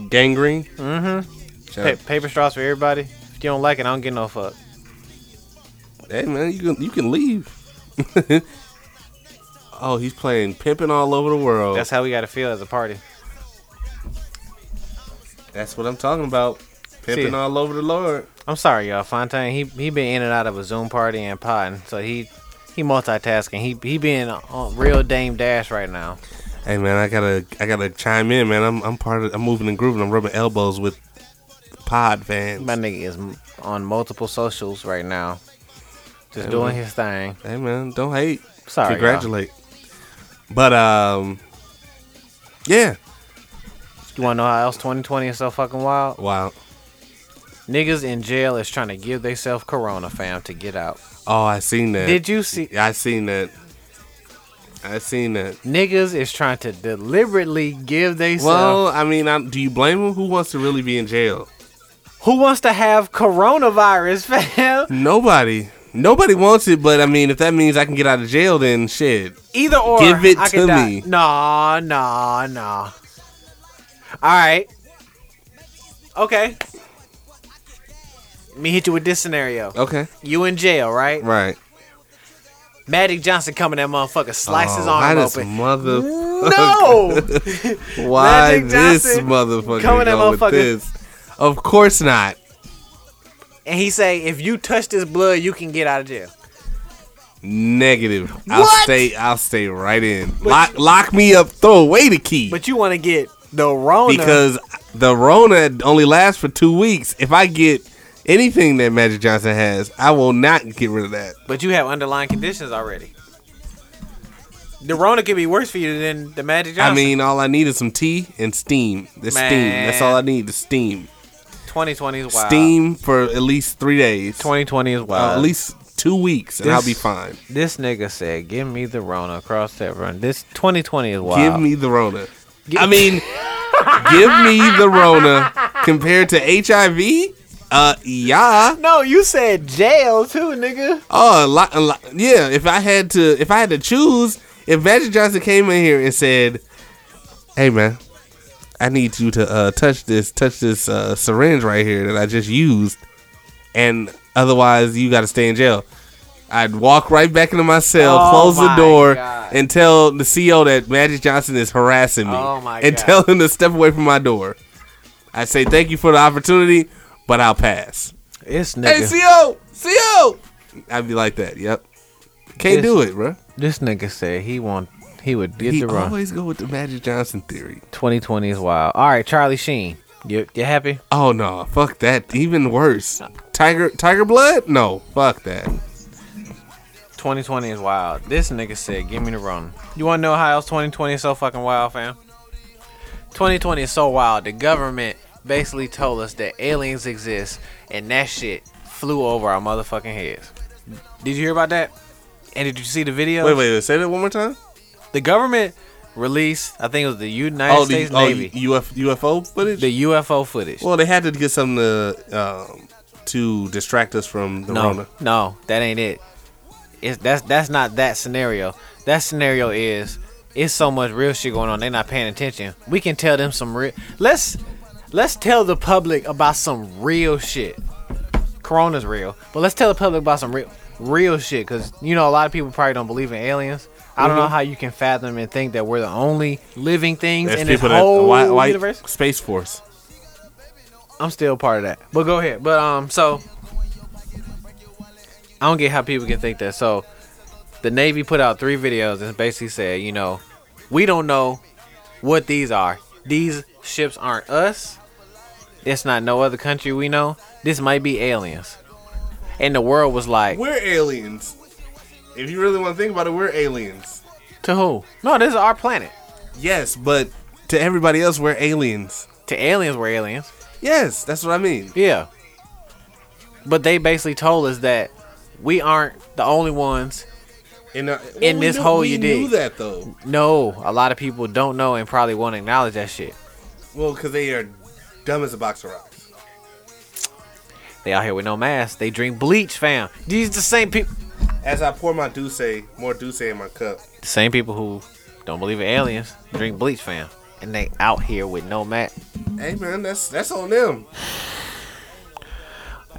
Gangrene. Mm-hmm. Pa- paper straws for everybody. If you don't like it, I don't get no fuck. Hey man, you can you can leave. oh, he's playing pimping all over the world. That's how we gotta feel as a party. That's what I'm talking about. Pimping See. all over the Lord. I'm sorry, y'all. Fontaine, he he been in and out of a Zoom party and potting, so he he multitasking. He he being on real Dame Dash right now. Hey man, I gotta I gotta chime in, man. I'm I'm part of I'm moving and grooving. I'm rubbing elbows with pod fans. My nigga is m- on multiple socials right now, just doing his thing. Hey man, don't hate. Sorry, y'all. Congratulate. But um, yeah. You wanna know how else 2020 is so fucking wild? Wow. Niggas in jail is trying to give theyself corona, fam, to get out. Oh, I seen that. Did you see? I seen that. I seen that. Niggas is trying to deliberately give they Well, I mean, i do you blame him? Who wants to really be in jail? Who wants to have coronavirus, fam? Nobody. Nobody wants it, but I mean, if that means I can get out of jail, then shit. Either or, Give it I to can die. me. Nah, nah, nah. All right. Okay. Let me hit you with this scenario. Okay. You in jail, right? Right. Magic Johnson coming that motherfucker, slices his Oh, why arm this open. mother? No, Why Magic this Johnson motherfucker coming at go with motherfucker. this? Of course not. and he say, if you touch this blood, you can get out of jail. Negative. I'll stay. I'll stay right in. Lock, lock me up. Throw away the key But you want to get the Rona because the Rona only lasts for two weeks. If I get anything that Magic Johnson has, I will not get rid of that. But you have underlying conditions already. The Rona could be worse for you than the Magic Johnson. I mean, all I need is some tea and steam. The steam. That's Man. all I need. The steam. 2020 is wild. Steam for at least three days. 2020 is Uh, wild. at least two weeks, and I'll this- be fine. This nigga said, "Give me the Rona across that run." This 2020 is wild. Give me the Rona. I mean, give me the Rona compared to HIV. Uh, yeah. No, you said jail too, nigga. Oh, a lot, a lot. Yeah. If I had to, if I had to choose, if Magic Johnson came in here and said, "Hey, man, I need you to uh, touch this, touch this uh, syringe right here that I just used, and otherwise you got to stay in jail." I'd walk right back into my cell, Oh close the my door, God. and tell the CO that Magic Johnson is harassing me, Oh my and God. tell him to step away from my door. I'd say thank you for the opportunity, but I'll pass. This Hey, nigga, CO, CO. I'd be like that. Yep. Can't Yes. do it, bro. this nigga said he want he would get He the Rona. always go with the Magic Johnson theory. 2020 is wild. All right, Charlie Sheen, you you happy? Oh no, fuck that. Even worse. Tiger, Tiger Blood? No, fuck that. 2020 is wild. This nigga said, "Give me the Rona." You want to know how else 2020 is so fucking wild, fam? 2020 is so wild. The government basically told us that aliens exist, and that shit flew over our motherfucking heads. Did you hear about that? And did you see the video? Wait, wait, wait. Say that one more time. The government released, I think it was the United the States oh, Navy, UF, UFO footage. the UFO footage. well, they had to get something to um, to distract us from the No, Rona. no, that ain't it. It's that's that's not that scenario. That scenario is it's so much real shit going on. They not paying attention. We can tell them some real. Let's let's tell the public about some real shit. Corona's real, but let's tell the public about some real real shit because you know a lot of people probably don't believe in aliens. I don't know how you can fathom and think that we're the only living things in this whole why, why- universe. Space Force. I'm still part of that. But go ahead. But um, so I don't get how people can think that. So the Navy put out three videos and basically said, you know, we don't know what these are. These ships aren't us. It's not no other country we know. This might be aliens. And the world was like, We're aliens. If you really want to think about it, we're aliens. to who? No, this is our planet. Yes, but to everybody else, we're aliens. To aliens, we're aliens. Yes, that's what I mean. Yeah. But they basically told us that we aren't the only ones In, uh, In we this knew- hole we you knew dig. that though. No, a lot of people don't know and probably won't acknowledge that shit. Well, because they are dumb as a box of rocks. They out here with no mask. They drink bleach, fam. These the same people, As I pour my douce, more douce in my cup. the same people who don't believe in aliens drink bleach, fam, and they out here with no mask. Hey man, that's that's on them.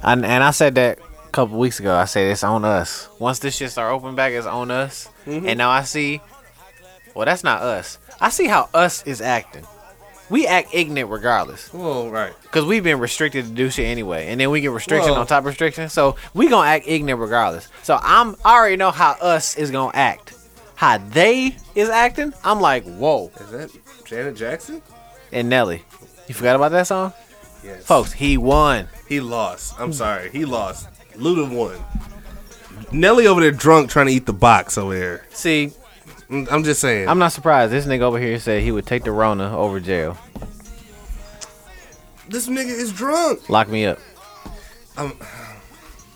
And, and I said that a couple weeks ago. I said it's on us. Once this shit start open back, it's on us. And now I see, well, that's not us. I see how us is acting. We act ignorant regardless. Well, right. Because we've been restricted to do shit anyway. And then we get restriction Well- on top of restriction. So we gonna act ignorant regardless. So I'm I already know how us is gonna act. How they is acting, I'm like, whoa. Is that Janet Jackson? And Nelly. You forgot about that song? Yes. Folks, he won. he lost. I'm sorry, he lost. Luda won. Nelly over there drunk trying to eat the box over there. See, Mm, I'm just saying. I'm not surprised. This nigga over here said he would take the Rona over jail. this nigga is drunk. Lock me up. I'm-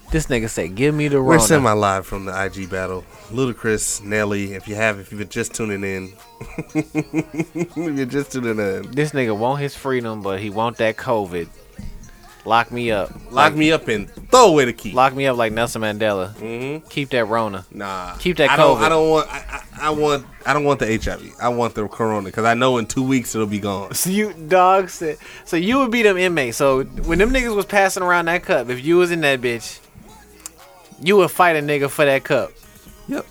This nigga said, give me the We're Rona. Um, semi live from the IG battle. Ludacris, Nelly. If you have, if you've been just tuning in, if you're just tuning in, this nigga want his freedom, but he want that COVID. Lock me up. Lock me up and throw away the key. Mm-hmm. Lock me up like Nelson Mandela. Keep that Rona. Nah, Keep that I don't, COVID. I don't want. I, I, I want. I don't want the HIV. I want the corona because I know in two weeks it'll be gone. So you dog said. So you would be them inmates. So when them niggas was passing around that cup, if you was in that bitch, you would fight a nigga for that cup. Yep.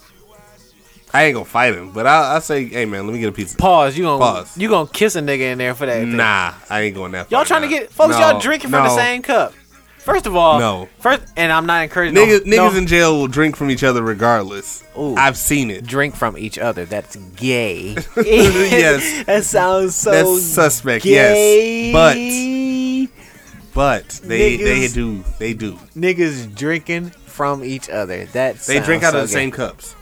I ain't gonna fight him, but I, I say, hey man, let me get a piece. Of Pause. You gonna Pause. you gonna kiss a nigga in there for that? thing. Nah, I ain't going that. Y'all far, trying to nah. get folks? No, y'all drinking from the no. same cup. First of all, No. First, and I'm not encouraging Niggas, no, niggas no. in jail will drink from each other regardless. Ooh. I've seen it. drink from each other. That's gay. Yes. that sounds so. That's suspect, yes. gay. But they they Niggas- do they do niggas drinking from each other. That they drink out sounds of the so gay. same cups.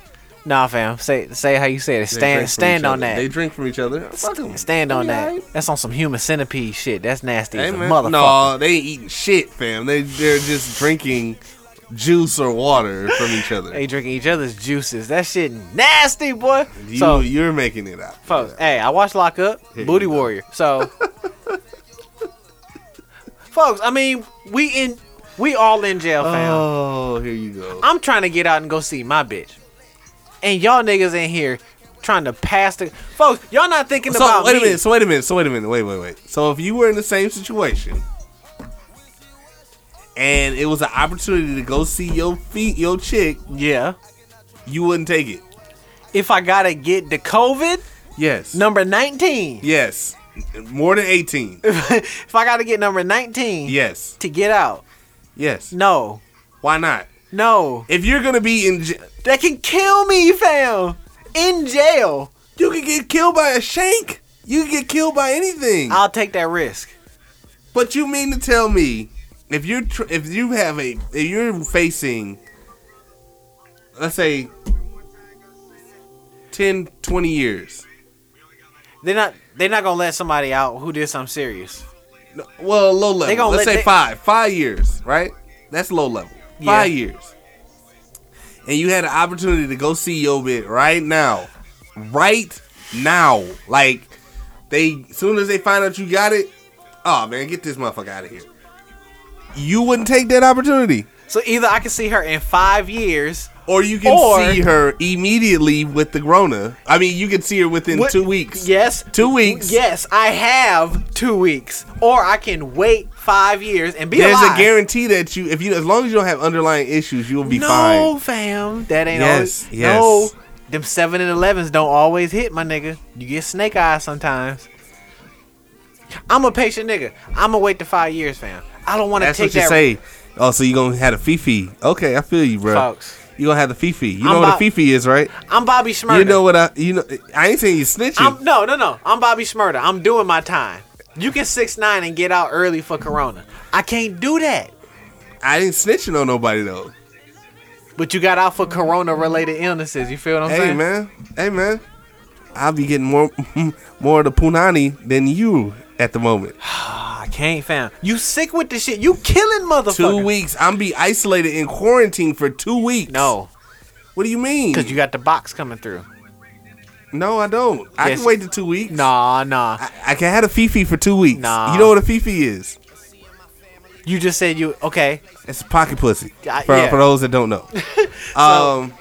Nah, fam. Say say how you say it. They Stand drink from stand each on other. They that. drink from each other. Fuck 'em. Stand on They that. alright. That's on some human centipede shit. That's nasty Hey, as a man. motherfucker. No, they ain't eating shit, fam. They they're just drinking juice or water from each other. They drinking each other's juices. That shit nasty, boy. you so, you're making it out. folks, hey, I watched Lock Up, Here Booty you go. Warrior. So, folks, I mean, we in, we all in jail, fam. Oh, here you go. I'm trying to get out and go see my bitch, and y'all niggas in here trying to pass the folks. Y'all not thinking So about wait me. a minute. So wait a minute. So wait a minute. Wait wait wait. So if you were in the same situation, and it was an opportunity to go see your feet, your chick, Yeah. you wouldn't take it. If I gotta get the COVID, Yes. number 19. Yes. More than eighteen. if I gotta get number 19 yes. to get out, Yes. no, Why not? no. If you're gonna be in, j- That can kill me, fam. In jail, you can get killed by a shank. You can get killed by anything. I'll take that risk. But you mean to tell me if you're tr- if you have a if you're facing let's say 10 20 years. They're not. They're not gonna let somebody out who did something serious. No, well, low They level. gonna Let's let- say they- 5. 5 years, right? That's low level. Yeah. 5 years. And you had an opportunity to go see your bit right now. Right now. Like they soon as they find out you got it, oh man, get this motherfucker out of here. You wouldn't take that opportunity. So either I can see her in five years. Or you can Or- see her immediately with the Grona. I mean, you can see her within What- two weeks. Yes. Two weeks. Yes, I have two weeks, or I can wait five years and be There's alive. a guarantee that you, if you, as long as you don't have underlying issues, you will be no, fine. fam, that ain't Yes, always. yes. No, them seven and elevens don't always hit, my nigga. You get snake eyes sometimes. I'm a patient nigga. I'm gonna wait the five years, fam. I don't want to That's take what you that. say. Oh, so you gonna have a fifi? Okay, I feel you, bro. Folks. You gonna have the fifi? You I'm know what a about- fifi is, right? I'm Bobby Smurda. You know what I? You know, I ain't saying you snitching. I'm, no, no, no. I'm Bobby Smurda. I'm doing my time. You can six nine and get out early for Corona. I can't do that. I ain't snitching on nobody though. But you got out for Corona related illnesses. You feel what I'm Hey saying? man, hey man, I'll be getting more, more of the punani than you at the moment. Ah, I can't, fam. You sick with this shit? You killing motherfucker? Two weeks. I'm be isolated in quarantine for two weeks. No, What do you mean? because you got the box coming through. no, I don't. I Yes. can wait the two weeks. Nah, nah. I, I can have a fifi for two weeks. Nah. You know what a fifi is? You just said you okay. It's a pocket pussy. I- for, Uh, yeah. for those that don't know. um,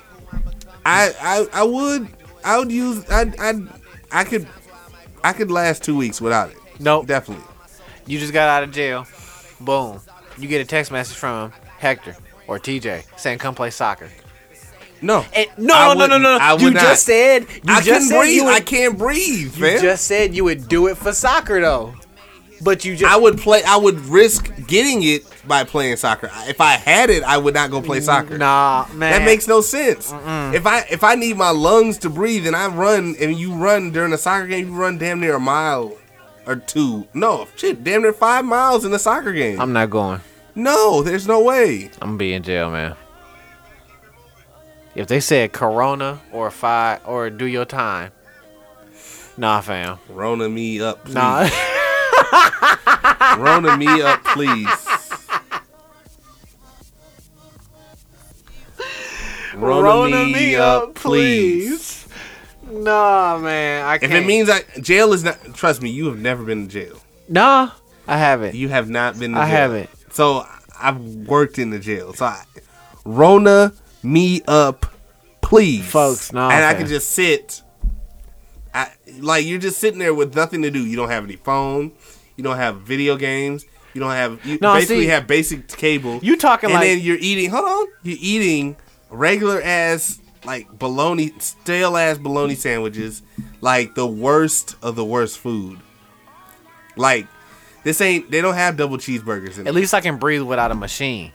I, I I would I would use I I I could I could last two weeks without it. Nope. Definitely. You just got out of jail. Boom. You get a text message from Hector or TJ saying come play soccer. No. And, Eh, no, I no, no, no, wouldn't. no, I would You not. just said you I just can said breathe. you would- I can't breathe, You man. just said you would do it for soccer though. But you just I would play. I would risk getting it by playing soccer. If I had it, I would not go play soccer. Nah, man. That makes no sense. If I if I need my lungs to breathe and I run and you run during a soccer game, you run damn near a mile or two. No, shit, damn near five miles in a soccer game. I'm not going. no, there's no way. I'm gonna be in jail, man. If they said corona or fi or do your time. Nah, fam. Rona me up, please. Nah. Rona me up, please. Rona, Nah, man. I If can't. it means I jail is not trust me, you have never been to jail. Nah, I haven't. You have not been to I jail. haven't. So I've worked in the jail. So I, Rona me up, please, Folks, no, and I okay. can just sit. I, like you're just sitting there with nothing to do. You don't have any phone. You don't have video games. You don't have. You No, basically see, have basic cable. you talking and like- then you're eating. Hold on, you're eating regular ass like bologna, stale ass bologna sandwiches, like the worst of the worst food. Like this ain't. They don't have double cheeseburgers in At it. least I can breathe without a machine.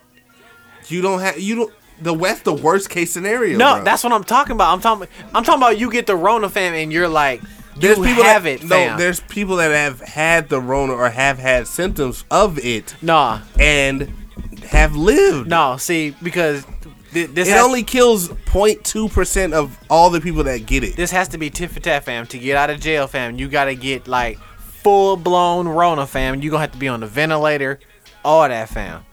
You don't have. You don't. The West, the worst case scenario. No, bro. that's what I'm talking about. I'm talking. I'm talking about you get the Rona fam, and you're like, you have that, it, fam. No, there's people that have had the Rona or have had symptoms of it nah, and have lived. no. See, because th- this It has, only kills 0.2 percent of all the people that get it. this has to be tit for tat, fam. To get out of jail, fam, you gotta get like full blown Rona, fam. You gonna have to be on the ventilator, all that, fam.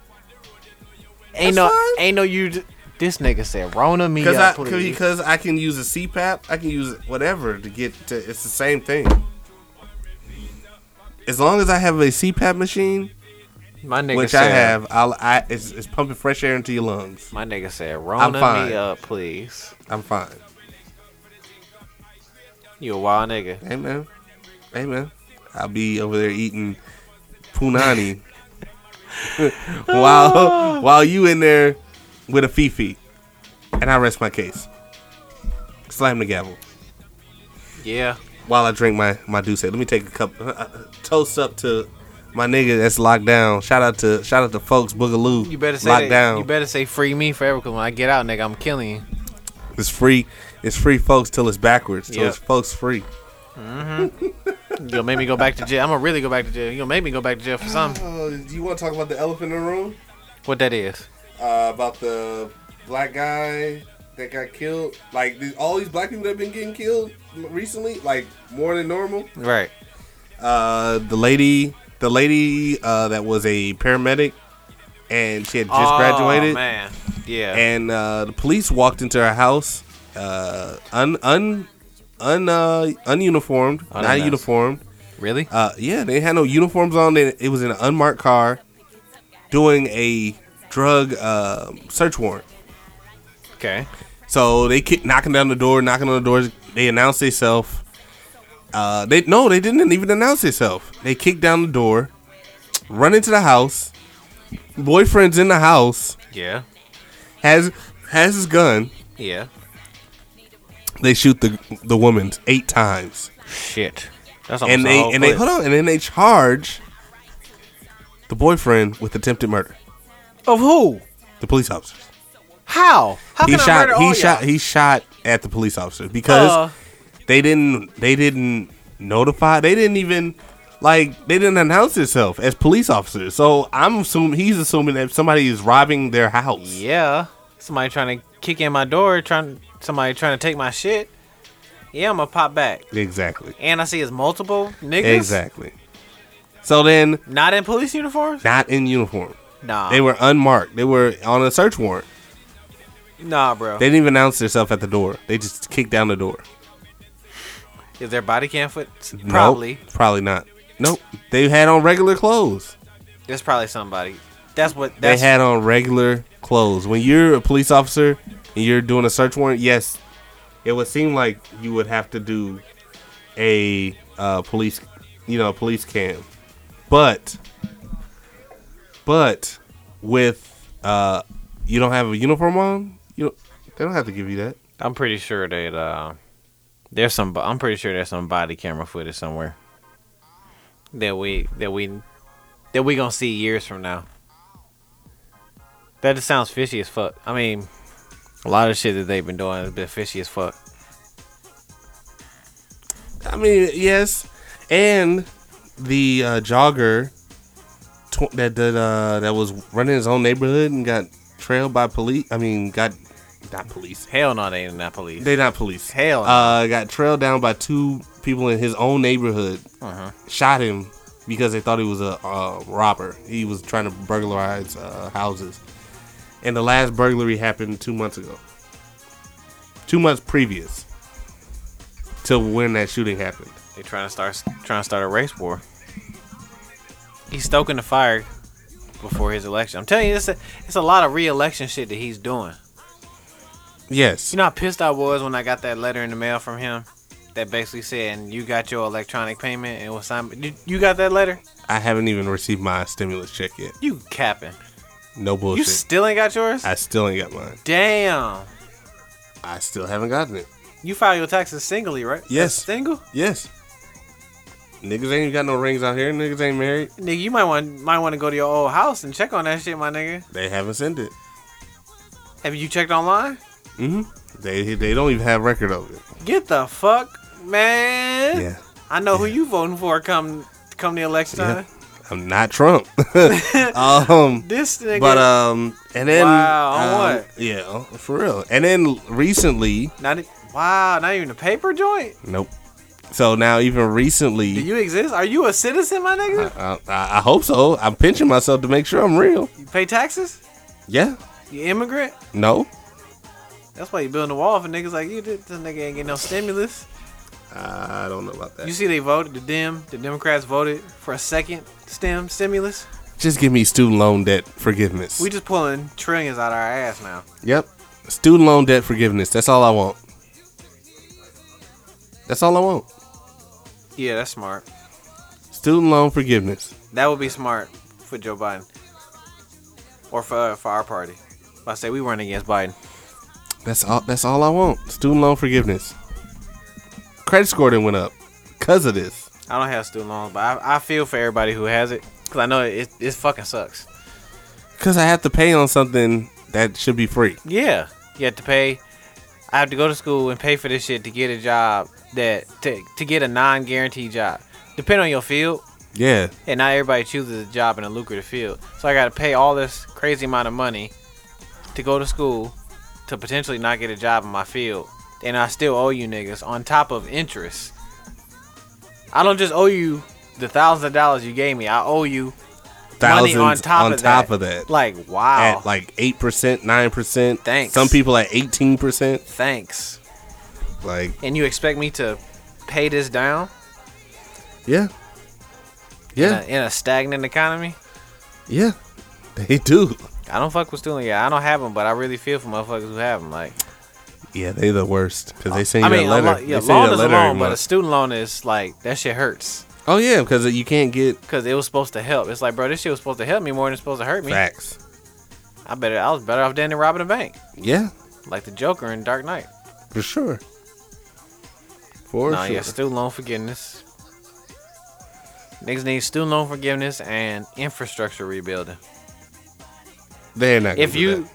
Ain't That's no, fine. ain't no you. d- This nigga said Rona me Because up, I please. because I can use a CPAP, I can use whatever to get to. It's the same thing. As long as I have a CPAP machine, my nigga which said, I have, I'll, I it's, it's pumping fresh air into your lungs. My nigga said I'm Rona fine. me up, please. I'm fine. You a wild nigga. Hey man, hey man, I'll be over there eating punani Oh. while while you in there with a fifi, and I rest my case. Slam the gavel Yeah. while I drink my my Douce. Let me take a cup uh, toast up to my nigga that's locked down. Shout out to shout out to folks Boogaloo. You better say locked that- down. You better say free me forever because when I get out, nigga, I'm killing you. it's free. It's free folks till it's backwards. Till Yep. it's folks free. You gonna make me go back to jail? I'm gonna really go back to jail. You gonna make me go back to jail for something? Uh, do you want to talk about the elephant in the room? What that is? uh, about the black guy that got killed. Like th- all these black people that have been getting killed m- recently, like more than normal. Right. Uh, the lady, the lady uh, that was a paramedic, and she had just graduated. Oh, Man. Yeah. And uh, the police walked into her house, uh, un un un uh, ununiformed, not Unannounced. uniformed. really? Uh, yeah, they had no uniforms on. They, it was in an unmarked car, doing a drug uh, search warrant. okay. So they keep knocking down the door, knocking on the doors. They announce themselves. Uh, they no, they didn't even announce themselves. They kick down the door, run into the house. Boyfriend's in the house, Yeah. has has his gun. Yeah. They shoot the the woman eight times, Shit. That's almost and a they whole and they clip. hold on, and then they charge the boyfriend with attempted murder. of who? The police officers. How? How he can I shot. murder oh, all He y'all? shot. He shot at the police officers because Uh. they didn't. They didn't notify. They didn't even like. They didn't announce itself as police officers. So I'm assuming he's assuming that somebody is robbing their house. Yeah. Somebody trying to kick in my door. Trying. Somebody trying to take my shit. Yeah, I'm gonna pop back. Exactly. And I see it's multiple niggas. Exactly. So then, Not in police uniforms. not in uniform. Nah. They were unmarked. They were on a search warrant. Nah, bro. They didn't even announce themselves at the door. They just kicked down the door. Is there body cam foot? Nope. Probably. probably not. Nope. They had on regular clothes. There's probably somebody. That's what. they That's, had on regular clothes. When you're a police officer and you're doing a search warrant, yes, it would seem like you would have to do a uh, police, you know, police cam. But, but with uh, you don't have a uniform on, you don't, they don't have to give you that. I'm pretty sure that uh, there's some. bo- I'm pretty sure there's some body camera footage somewhere that we that we that we gonna see years from now. That just sounds fishy as fuck. I mean, a lot of shit that they've been doing has been fishy as fuck. I mean, yes, and the uh, jogger tw- that did, uh, that was running his own neighborhood and got trailed by police. I mean, got not police. Hell no, they ain't in that police. They not police. Hell no. uh, got trailed down by two people in his own neighborhood. Uh-huh. Shot him because they thought he was a uh, robber. He was trying to burglarize uh, houses, and the last burglary happened two months ago. Two months previous to when that shooting happened. They trying to start trying to start a race war. He's stoking the fire. before his election. I'm telling you, it's a, it's a lot of re-election shit that he's doing. Yes. You know how pissed I was when I got that letter in the mail from him that basically said, "And you got your electronic payment and was signed." You, you got that letter? I haven't even received my stimulus check yet. You capping? No You bullshit. still ain't got yours? I still ain't got mine. Damn. I still haven't gotten it. You file your taxes singly, right? Yes. Single? Yes. Niggas ain't got no rings out here. Niggas ain't married. Nigga, you might want might want to go to your old house and check on that shit, my nigga. They haven't sent it. Have you checked online? hmm They they don't even have record of it. Get the fuck, man. Yeah. I know who you voting for come come the election Yeah. time. I'm not Trump. um, This nigga. but um, and then Wow, on um, what? Yeah, for real. And then recently, not, e- wow, not even a paper joint. nope. So now even recently, Do you exist? Are you a citizen, my nigga? I, I, I hope so. I'm pinching myself to make sure I'm real. You pay taxes? Yeah. You immigrant? No. That's why you building a wall for niggas like you. This this nigga ain't getting no stimulus. I don't know about that. You see, they voted the Dem, the Democrats voted for a second stem stimulus. just give me student loan debt forgiveness. We just pulling trillions out of our ass now. yep. Student loan debt forgiveness. That's all I want. That's all I want. Yeah, that's smart. Student loan forgiveness. That would be smart for Joe Biden or for for our party. If I say we weren't against Biden. That's all. That's all I want. Student loan forgiveness. Credit score then went up because of this. I don't have student loans, but I, I feel for everybody who has it because I know it, it fucking sucks. Because I have to pay on something that should be free. Yeah, you have to pay. I have to go to school and pay for this shit to get a job that to, to get a non-guaranteed job. Depend on your field, Yeah. and not everybody chooses a job in a lucrative field. So I got to pay all this crazy amount of money to go to school to potentially not get a job in my field, and I still owe you niggas on top of interest. I don't just owe you the thousands of dollars you gave me. I owe you Thousands money on top of that. Like wow. at like eight percent, nine percent. Thanks. Some people at eighteen percent. thanks. Like And you expect me to pay this down yeah, in yeah, a, in a stagnant economy? yeah. They do. I don't fuck with student. Yeah, I don't have them, but I really feel for motherfuckers who have them. Like, Yeah, they the worst because they send I you mean, a a letter. lo- yeah, they send you loan a is a letter loan, every but a month. student loan is like that shit hurts oh yeah, because you can't get because it was supposed to help. It's like, bro, this shit was supposed to help me more than it's supposed to hurt me. facts. I better, I was better off dead than robbing a bank, Yeah, like the Joker in Dark Knight. for sure. For Nah, sure. yeah, student loan forgiveness. Niggas need student loan forgiveness and infrastructure rebuilding. They're not. gonna if do you that.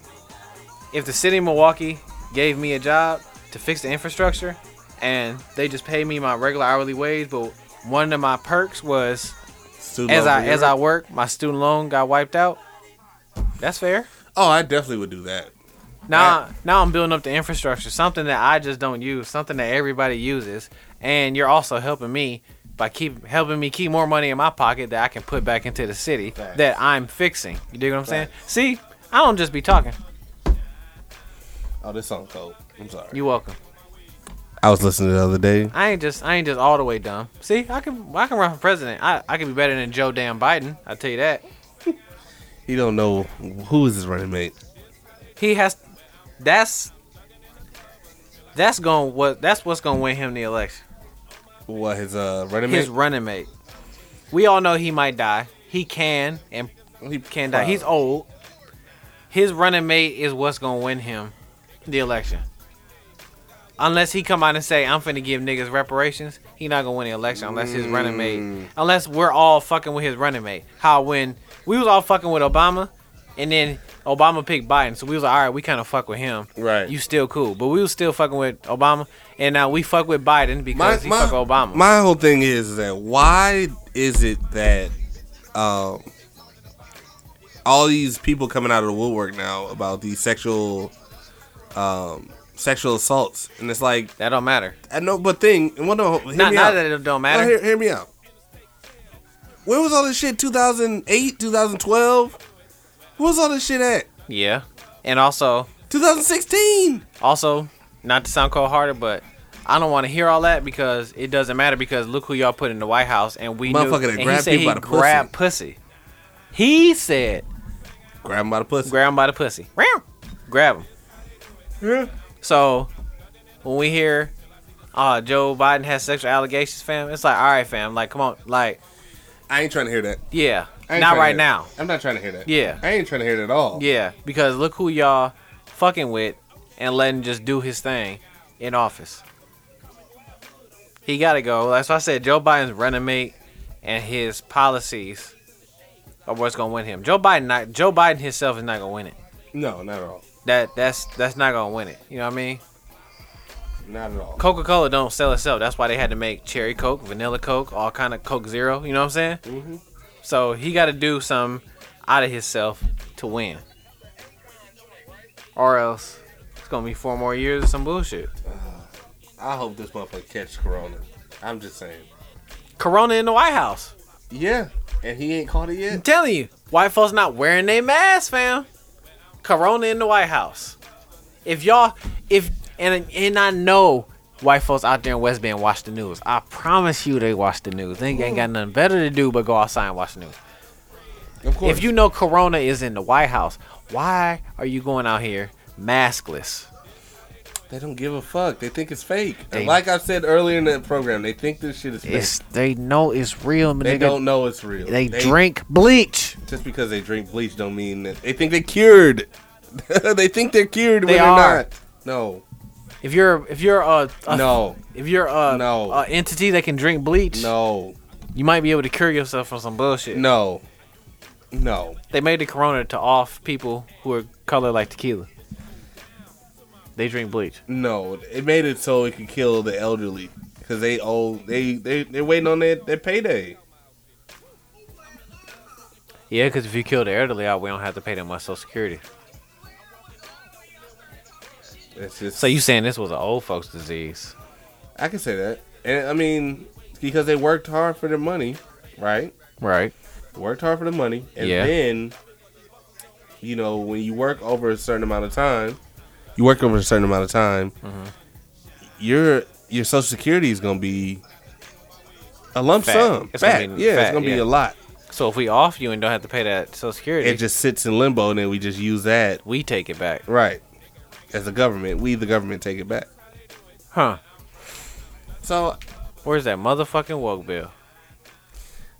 if the city of Milwaukee gave me a job to fix the infrastructure and they just paid me my regular hourly wage, but one of my perks was Student as loan I as I forgiveness? work, my student loan got wiped out. That's fair. oh, I definitely would do that. Now now I'm building up the infrastructure, something that I just don't use, something that everybody uses, and you're also helping me by keep helping me keep more money in my pocket that I can put back into the city that I'm fixing. You dig what I'm saying? See, I don't just be talking. Oh, this song cold. I'm sorry. You welcome. I was listening the other day. I ain't just I ain't just all the way dumb. See, I can I can run for president. I, I could be better than Joe damn Biden. I tell you that. He don't know who is his running mate. He has that's that's going what that's what's going to win him the election. What his uh running His mate? running mate. We all know he might die. He can and He can die. He's old. His running mate is what's going to win him the election. Unless he come out and say I'm finna give niggas reparations, he not gonna win the election unless his running Mm. mate. Unless we're all fucking with his running mate. How when we was all fucking with Obama, and then Obama picked Biden, so we was like, all right, we kind of fuck with him. Right. You still cool, but we was still fucking with Obama, and now we fuck with Biden my, because he my, fuck with Obama. my whole thing is that why is it that um all these people coming out of the woodwork now about these sexual um sexual assaults and it's like that don't matter. I know but thing and what no hear Not, me not out. that it don't No, matter. hear, hear me out. Where was all this shit 2008, 2012? Where was all this shit at? yeah, and also 2016. Also, not to sound cold hearted, but I don't want to hear all that because it doesn't matter because look who y'all put in the White House and we knew, Motherfucker that and he grabbed said people he by the grabbed pussy. He said Grab him by the pussy. Grab him by the pussy. Meow. Grab him. So when we hear, uh, Joe Biden has sexual allegations, fam, it's like, all right, fam, like, come on, like, I ain't trying to hear that. yeah, I ain't not tryna right hear that. now. I'm not trying to hear that. Yeah. I ain't trying to hear it at all. Yeah, because look who y'all fucking with and letting just do his thing in office. He got to go. That's why I said Joe Biden's running mate and his policies are what's going to win him. Joe Biden not Joe Biden himself is not going to win it. No, not at all. That that's that's not going to win it. You know what I mean? Not at all. Coca-Cola don't sell itself. That's why they had to make cherry Coke, vanilla Coke, all kind of Coke Zero, you know what I'm saying? Mm-hmm. So he got to do something out of himself to win. Or else it's going to be four more years of some bullshit. I hope this motherfucker catch corona. I'm just saying. Corona in the White House. Yeah, and he ain't caught it I'm yet. telling you, white folks not wearing their masks, fam. Corona in the White House. If y'all, if and and I know white folks out there in West Bend watch the news. I promise you, they watch the news. They ain't got nothing better to do but go outside and watch the news. Of course. If you know Corona is in the White House, why are you going out here maskless? they don't give a fuck. They think it's fake. They- and like I said earlier in the program, they think this shit is fake. It's they know it's real, they nigga. don't know it's real. they drink bleach. just because they drink bleach don't mean that they think they're cured. they think they're cured They when are. they're not. No, If you're if you're a, a no, if you're a, No. a entity that can drink bleach, no, you might be able to cure yourself from some bullshit. no, no. They made the corona to off people who are colored like tequila. They drink bleach. No, it made it so it could kill the elderly because they old. They they they're waiting on their, their payday. Yeah, because if you kill the elderly out, we don't have to pay them much social security. It's just So you saying this was an old folks disease? I can say that, and I mean because they worked hard for their money, right? Right. Worked hard for the money, and Yeah. then you know when you work over a certain amount of time, you work over a certain amount of time, Mm-hmm. your your social security is gonna be a lump Fat. sum. It's gonna fat. be yeah, fat, it's gonna yeah. be a lot. So if we off you and don't have to pay that social security, It just sits in limbo, and then we just use that we take it back. Right. As the government, we the government take it back. Huh. So, Where's that motherfucking woke bill?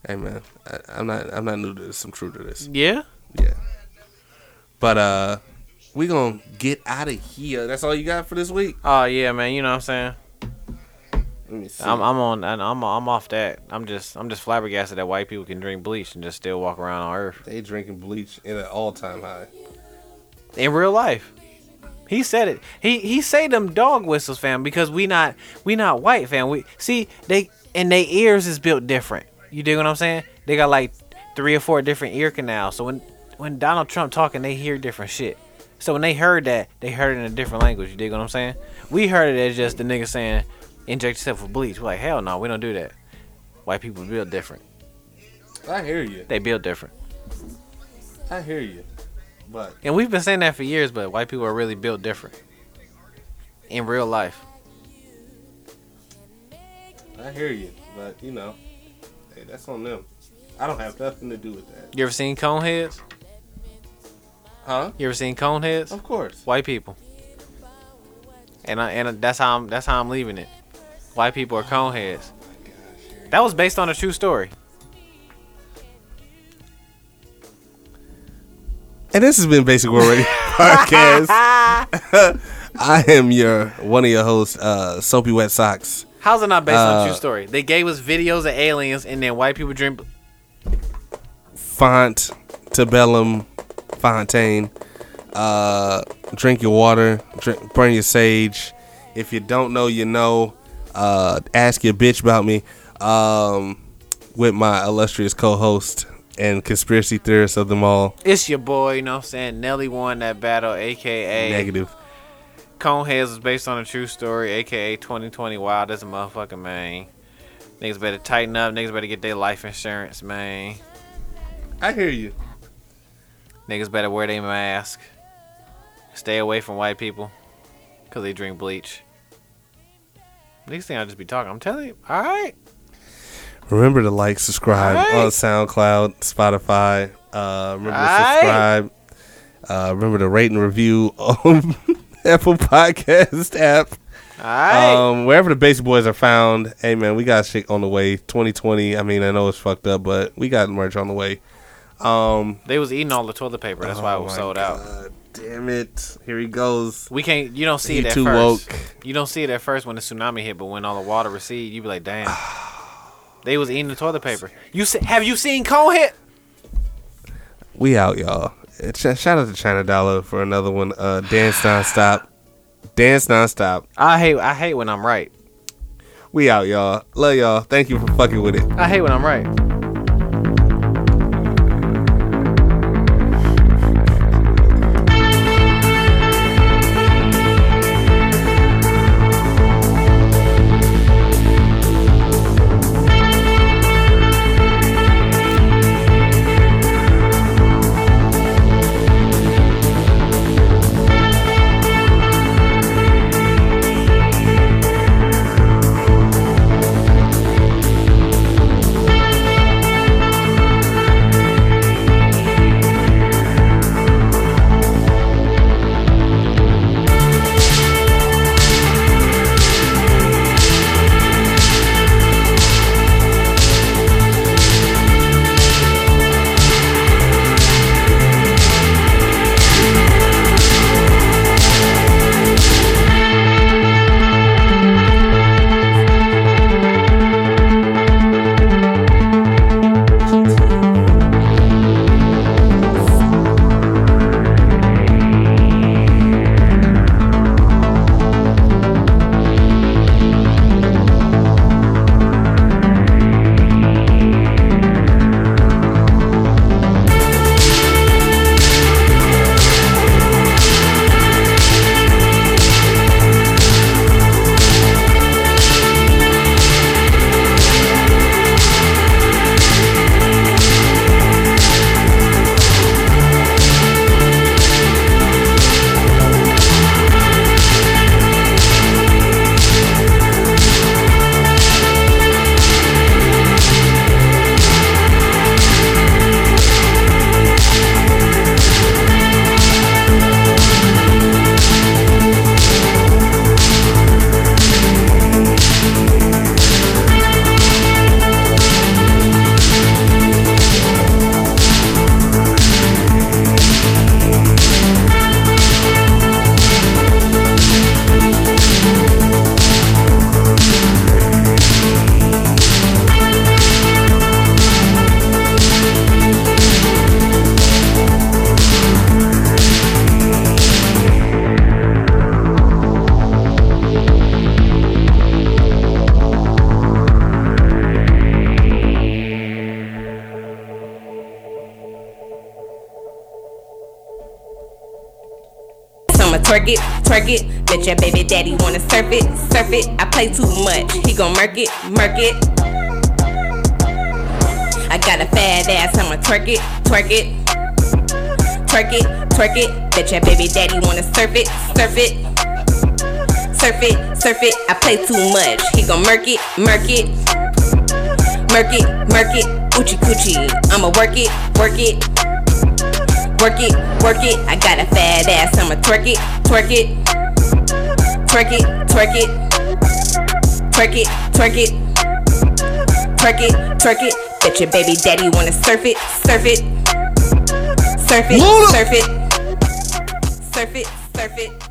hey man, I, I'm not I'm not new to this. I'm true to this. Yeah. Yeah. But uh, we gonna get out of here. That's all you got for this week. Oh yeah, man. You know what I'm saying? Let me see. I'm, I'm on. I'm I'm off that. I'm just I'm just flabbergasted that white people can drink bleach and just still walk around on Earth they drinking bleach at an all time high. in real life. He said it. He he say them dog whistles, fam, because we not we not white, fam. We see they and they ears is built different. You dig what I'm saying? They got like three or four different ear canals. So when when Donald Trump talking, they hear different shit. So when they heard that, they heard it in a different language. You dig what I'm saying? We heard it as just the nigga saying, "Inject yourself with bleach." We're like, hell no, we don't do that. White people build different. I hear you. They build different, I hear you. But and we've been saying that for years. But white people are really built different in real life. I hear you. But you know, hey, that's on them. I don't have nothing to do with that. You ever seen Coneheads? Huh? You ever seen Coneheads? Of course. White people. And I, and that's how I'm that's how I'm leaving it. White people are Coneheads. That was based on a true story. And this has been Basic World Radio Podcast. I am your one of your hosts, uh, Soapy Wet Socks. How's it not based on a true Uh, story? They gave us videos of aliens and then white people drink Font, Tabellum, Fontaine. Uh, drink your water, drink, burn your sage. If you don't know, you know. Uh, ask your bitch about me. Um, with my illustrious co-host and conspiracy theorist of them all, it's your boy, you know what I'm saying? Nelly won that battle, aka negative. Coneheads was based on a true story, aka 2020 Wild as a motherfucker, man. Niggas better tighten up, niggas better get their life insurance, man. I hear you. Niggas better wear their mask. Stay away from white people. Cause they drink bleach. Next thing I'll just be talking. I'm telling you. Alright. Remember to like, subscribe Alright. on SoundCloud, Spotify. Uh, remember to Alright. subscribe Uh, remember to rate and review on Apple Podcast app. All right. Um, wherever the Basic Boys are found, hey man, we got shit on the way. 2020. I mean, I know it's fucked up, but we got merch on the way. Um, they was eating all the toilet paper. That's why it oh was my sold out. God, Damn it! Here he goes. We can't. You don't see You it at too first. woke. You don't see it at first when the tsunami hit, but when all the water receded, you be like, damn. they was eating the toilet paper. You se- have you seen Cone hit? We out, y'all. Uh, sh- Shout out to China Dollar for another one. Uh, dance nonstop. Dance nonstop. I hate. I hate when I'm right. We out, y'all. Love y'all. Thank you for fucking with it. I hate when I'm right. I'ma twerk it, twerk it. Bet your baby daddy wanna surf it, surf it. I play too much, he gon' murk it, murk it. I got a fat ass, I'ma twerk it, twerk it. Twerk it, twerk it. Bet your baby daddy wanna surf it, surf it. Surf it, surf it. I play too much, he gon' murk it, murk it. Murk it, murk it. Oochie coochie, I'ma work it, work it. Work it, work it. I got a fat ass. I'ma twerk it, twerk it, twerk it, twerk it, twerk it, twerk it, twerk it, twerk it. Bet your baby daddy wanna surf it, surf it, surf it, surf it, surf it, surf it.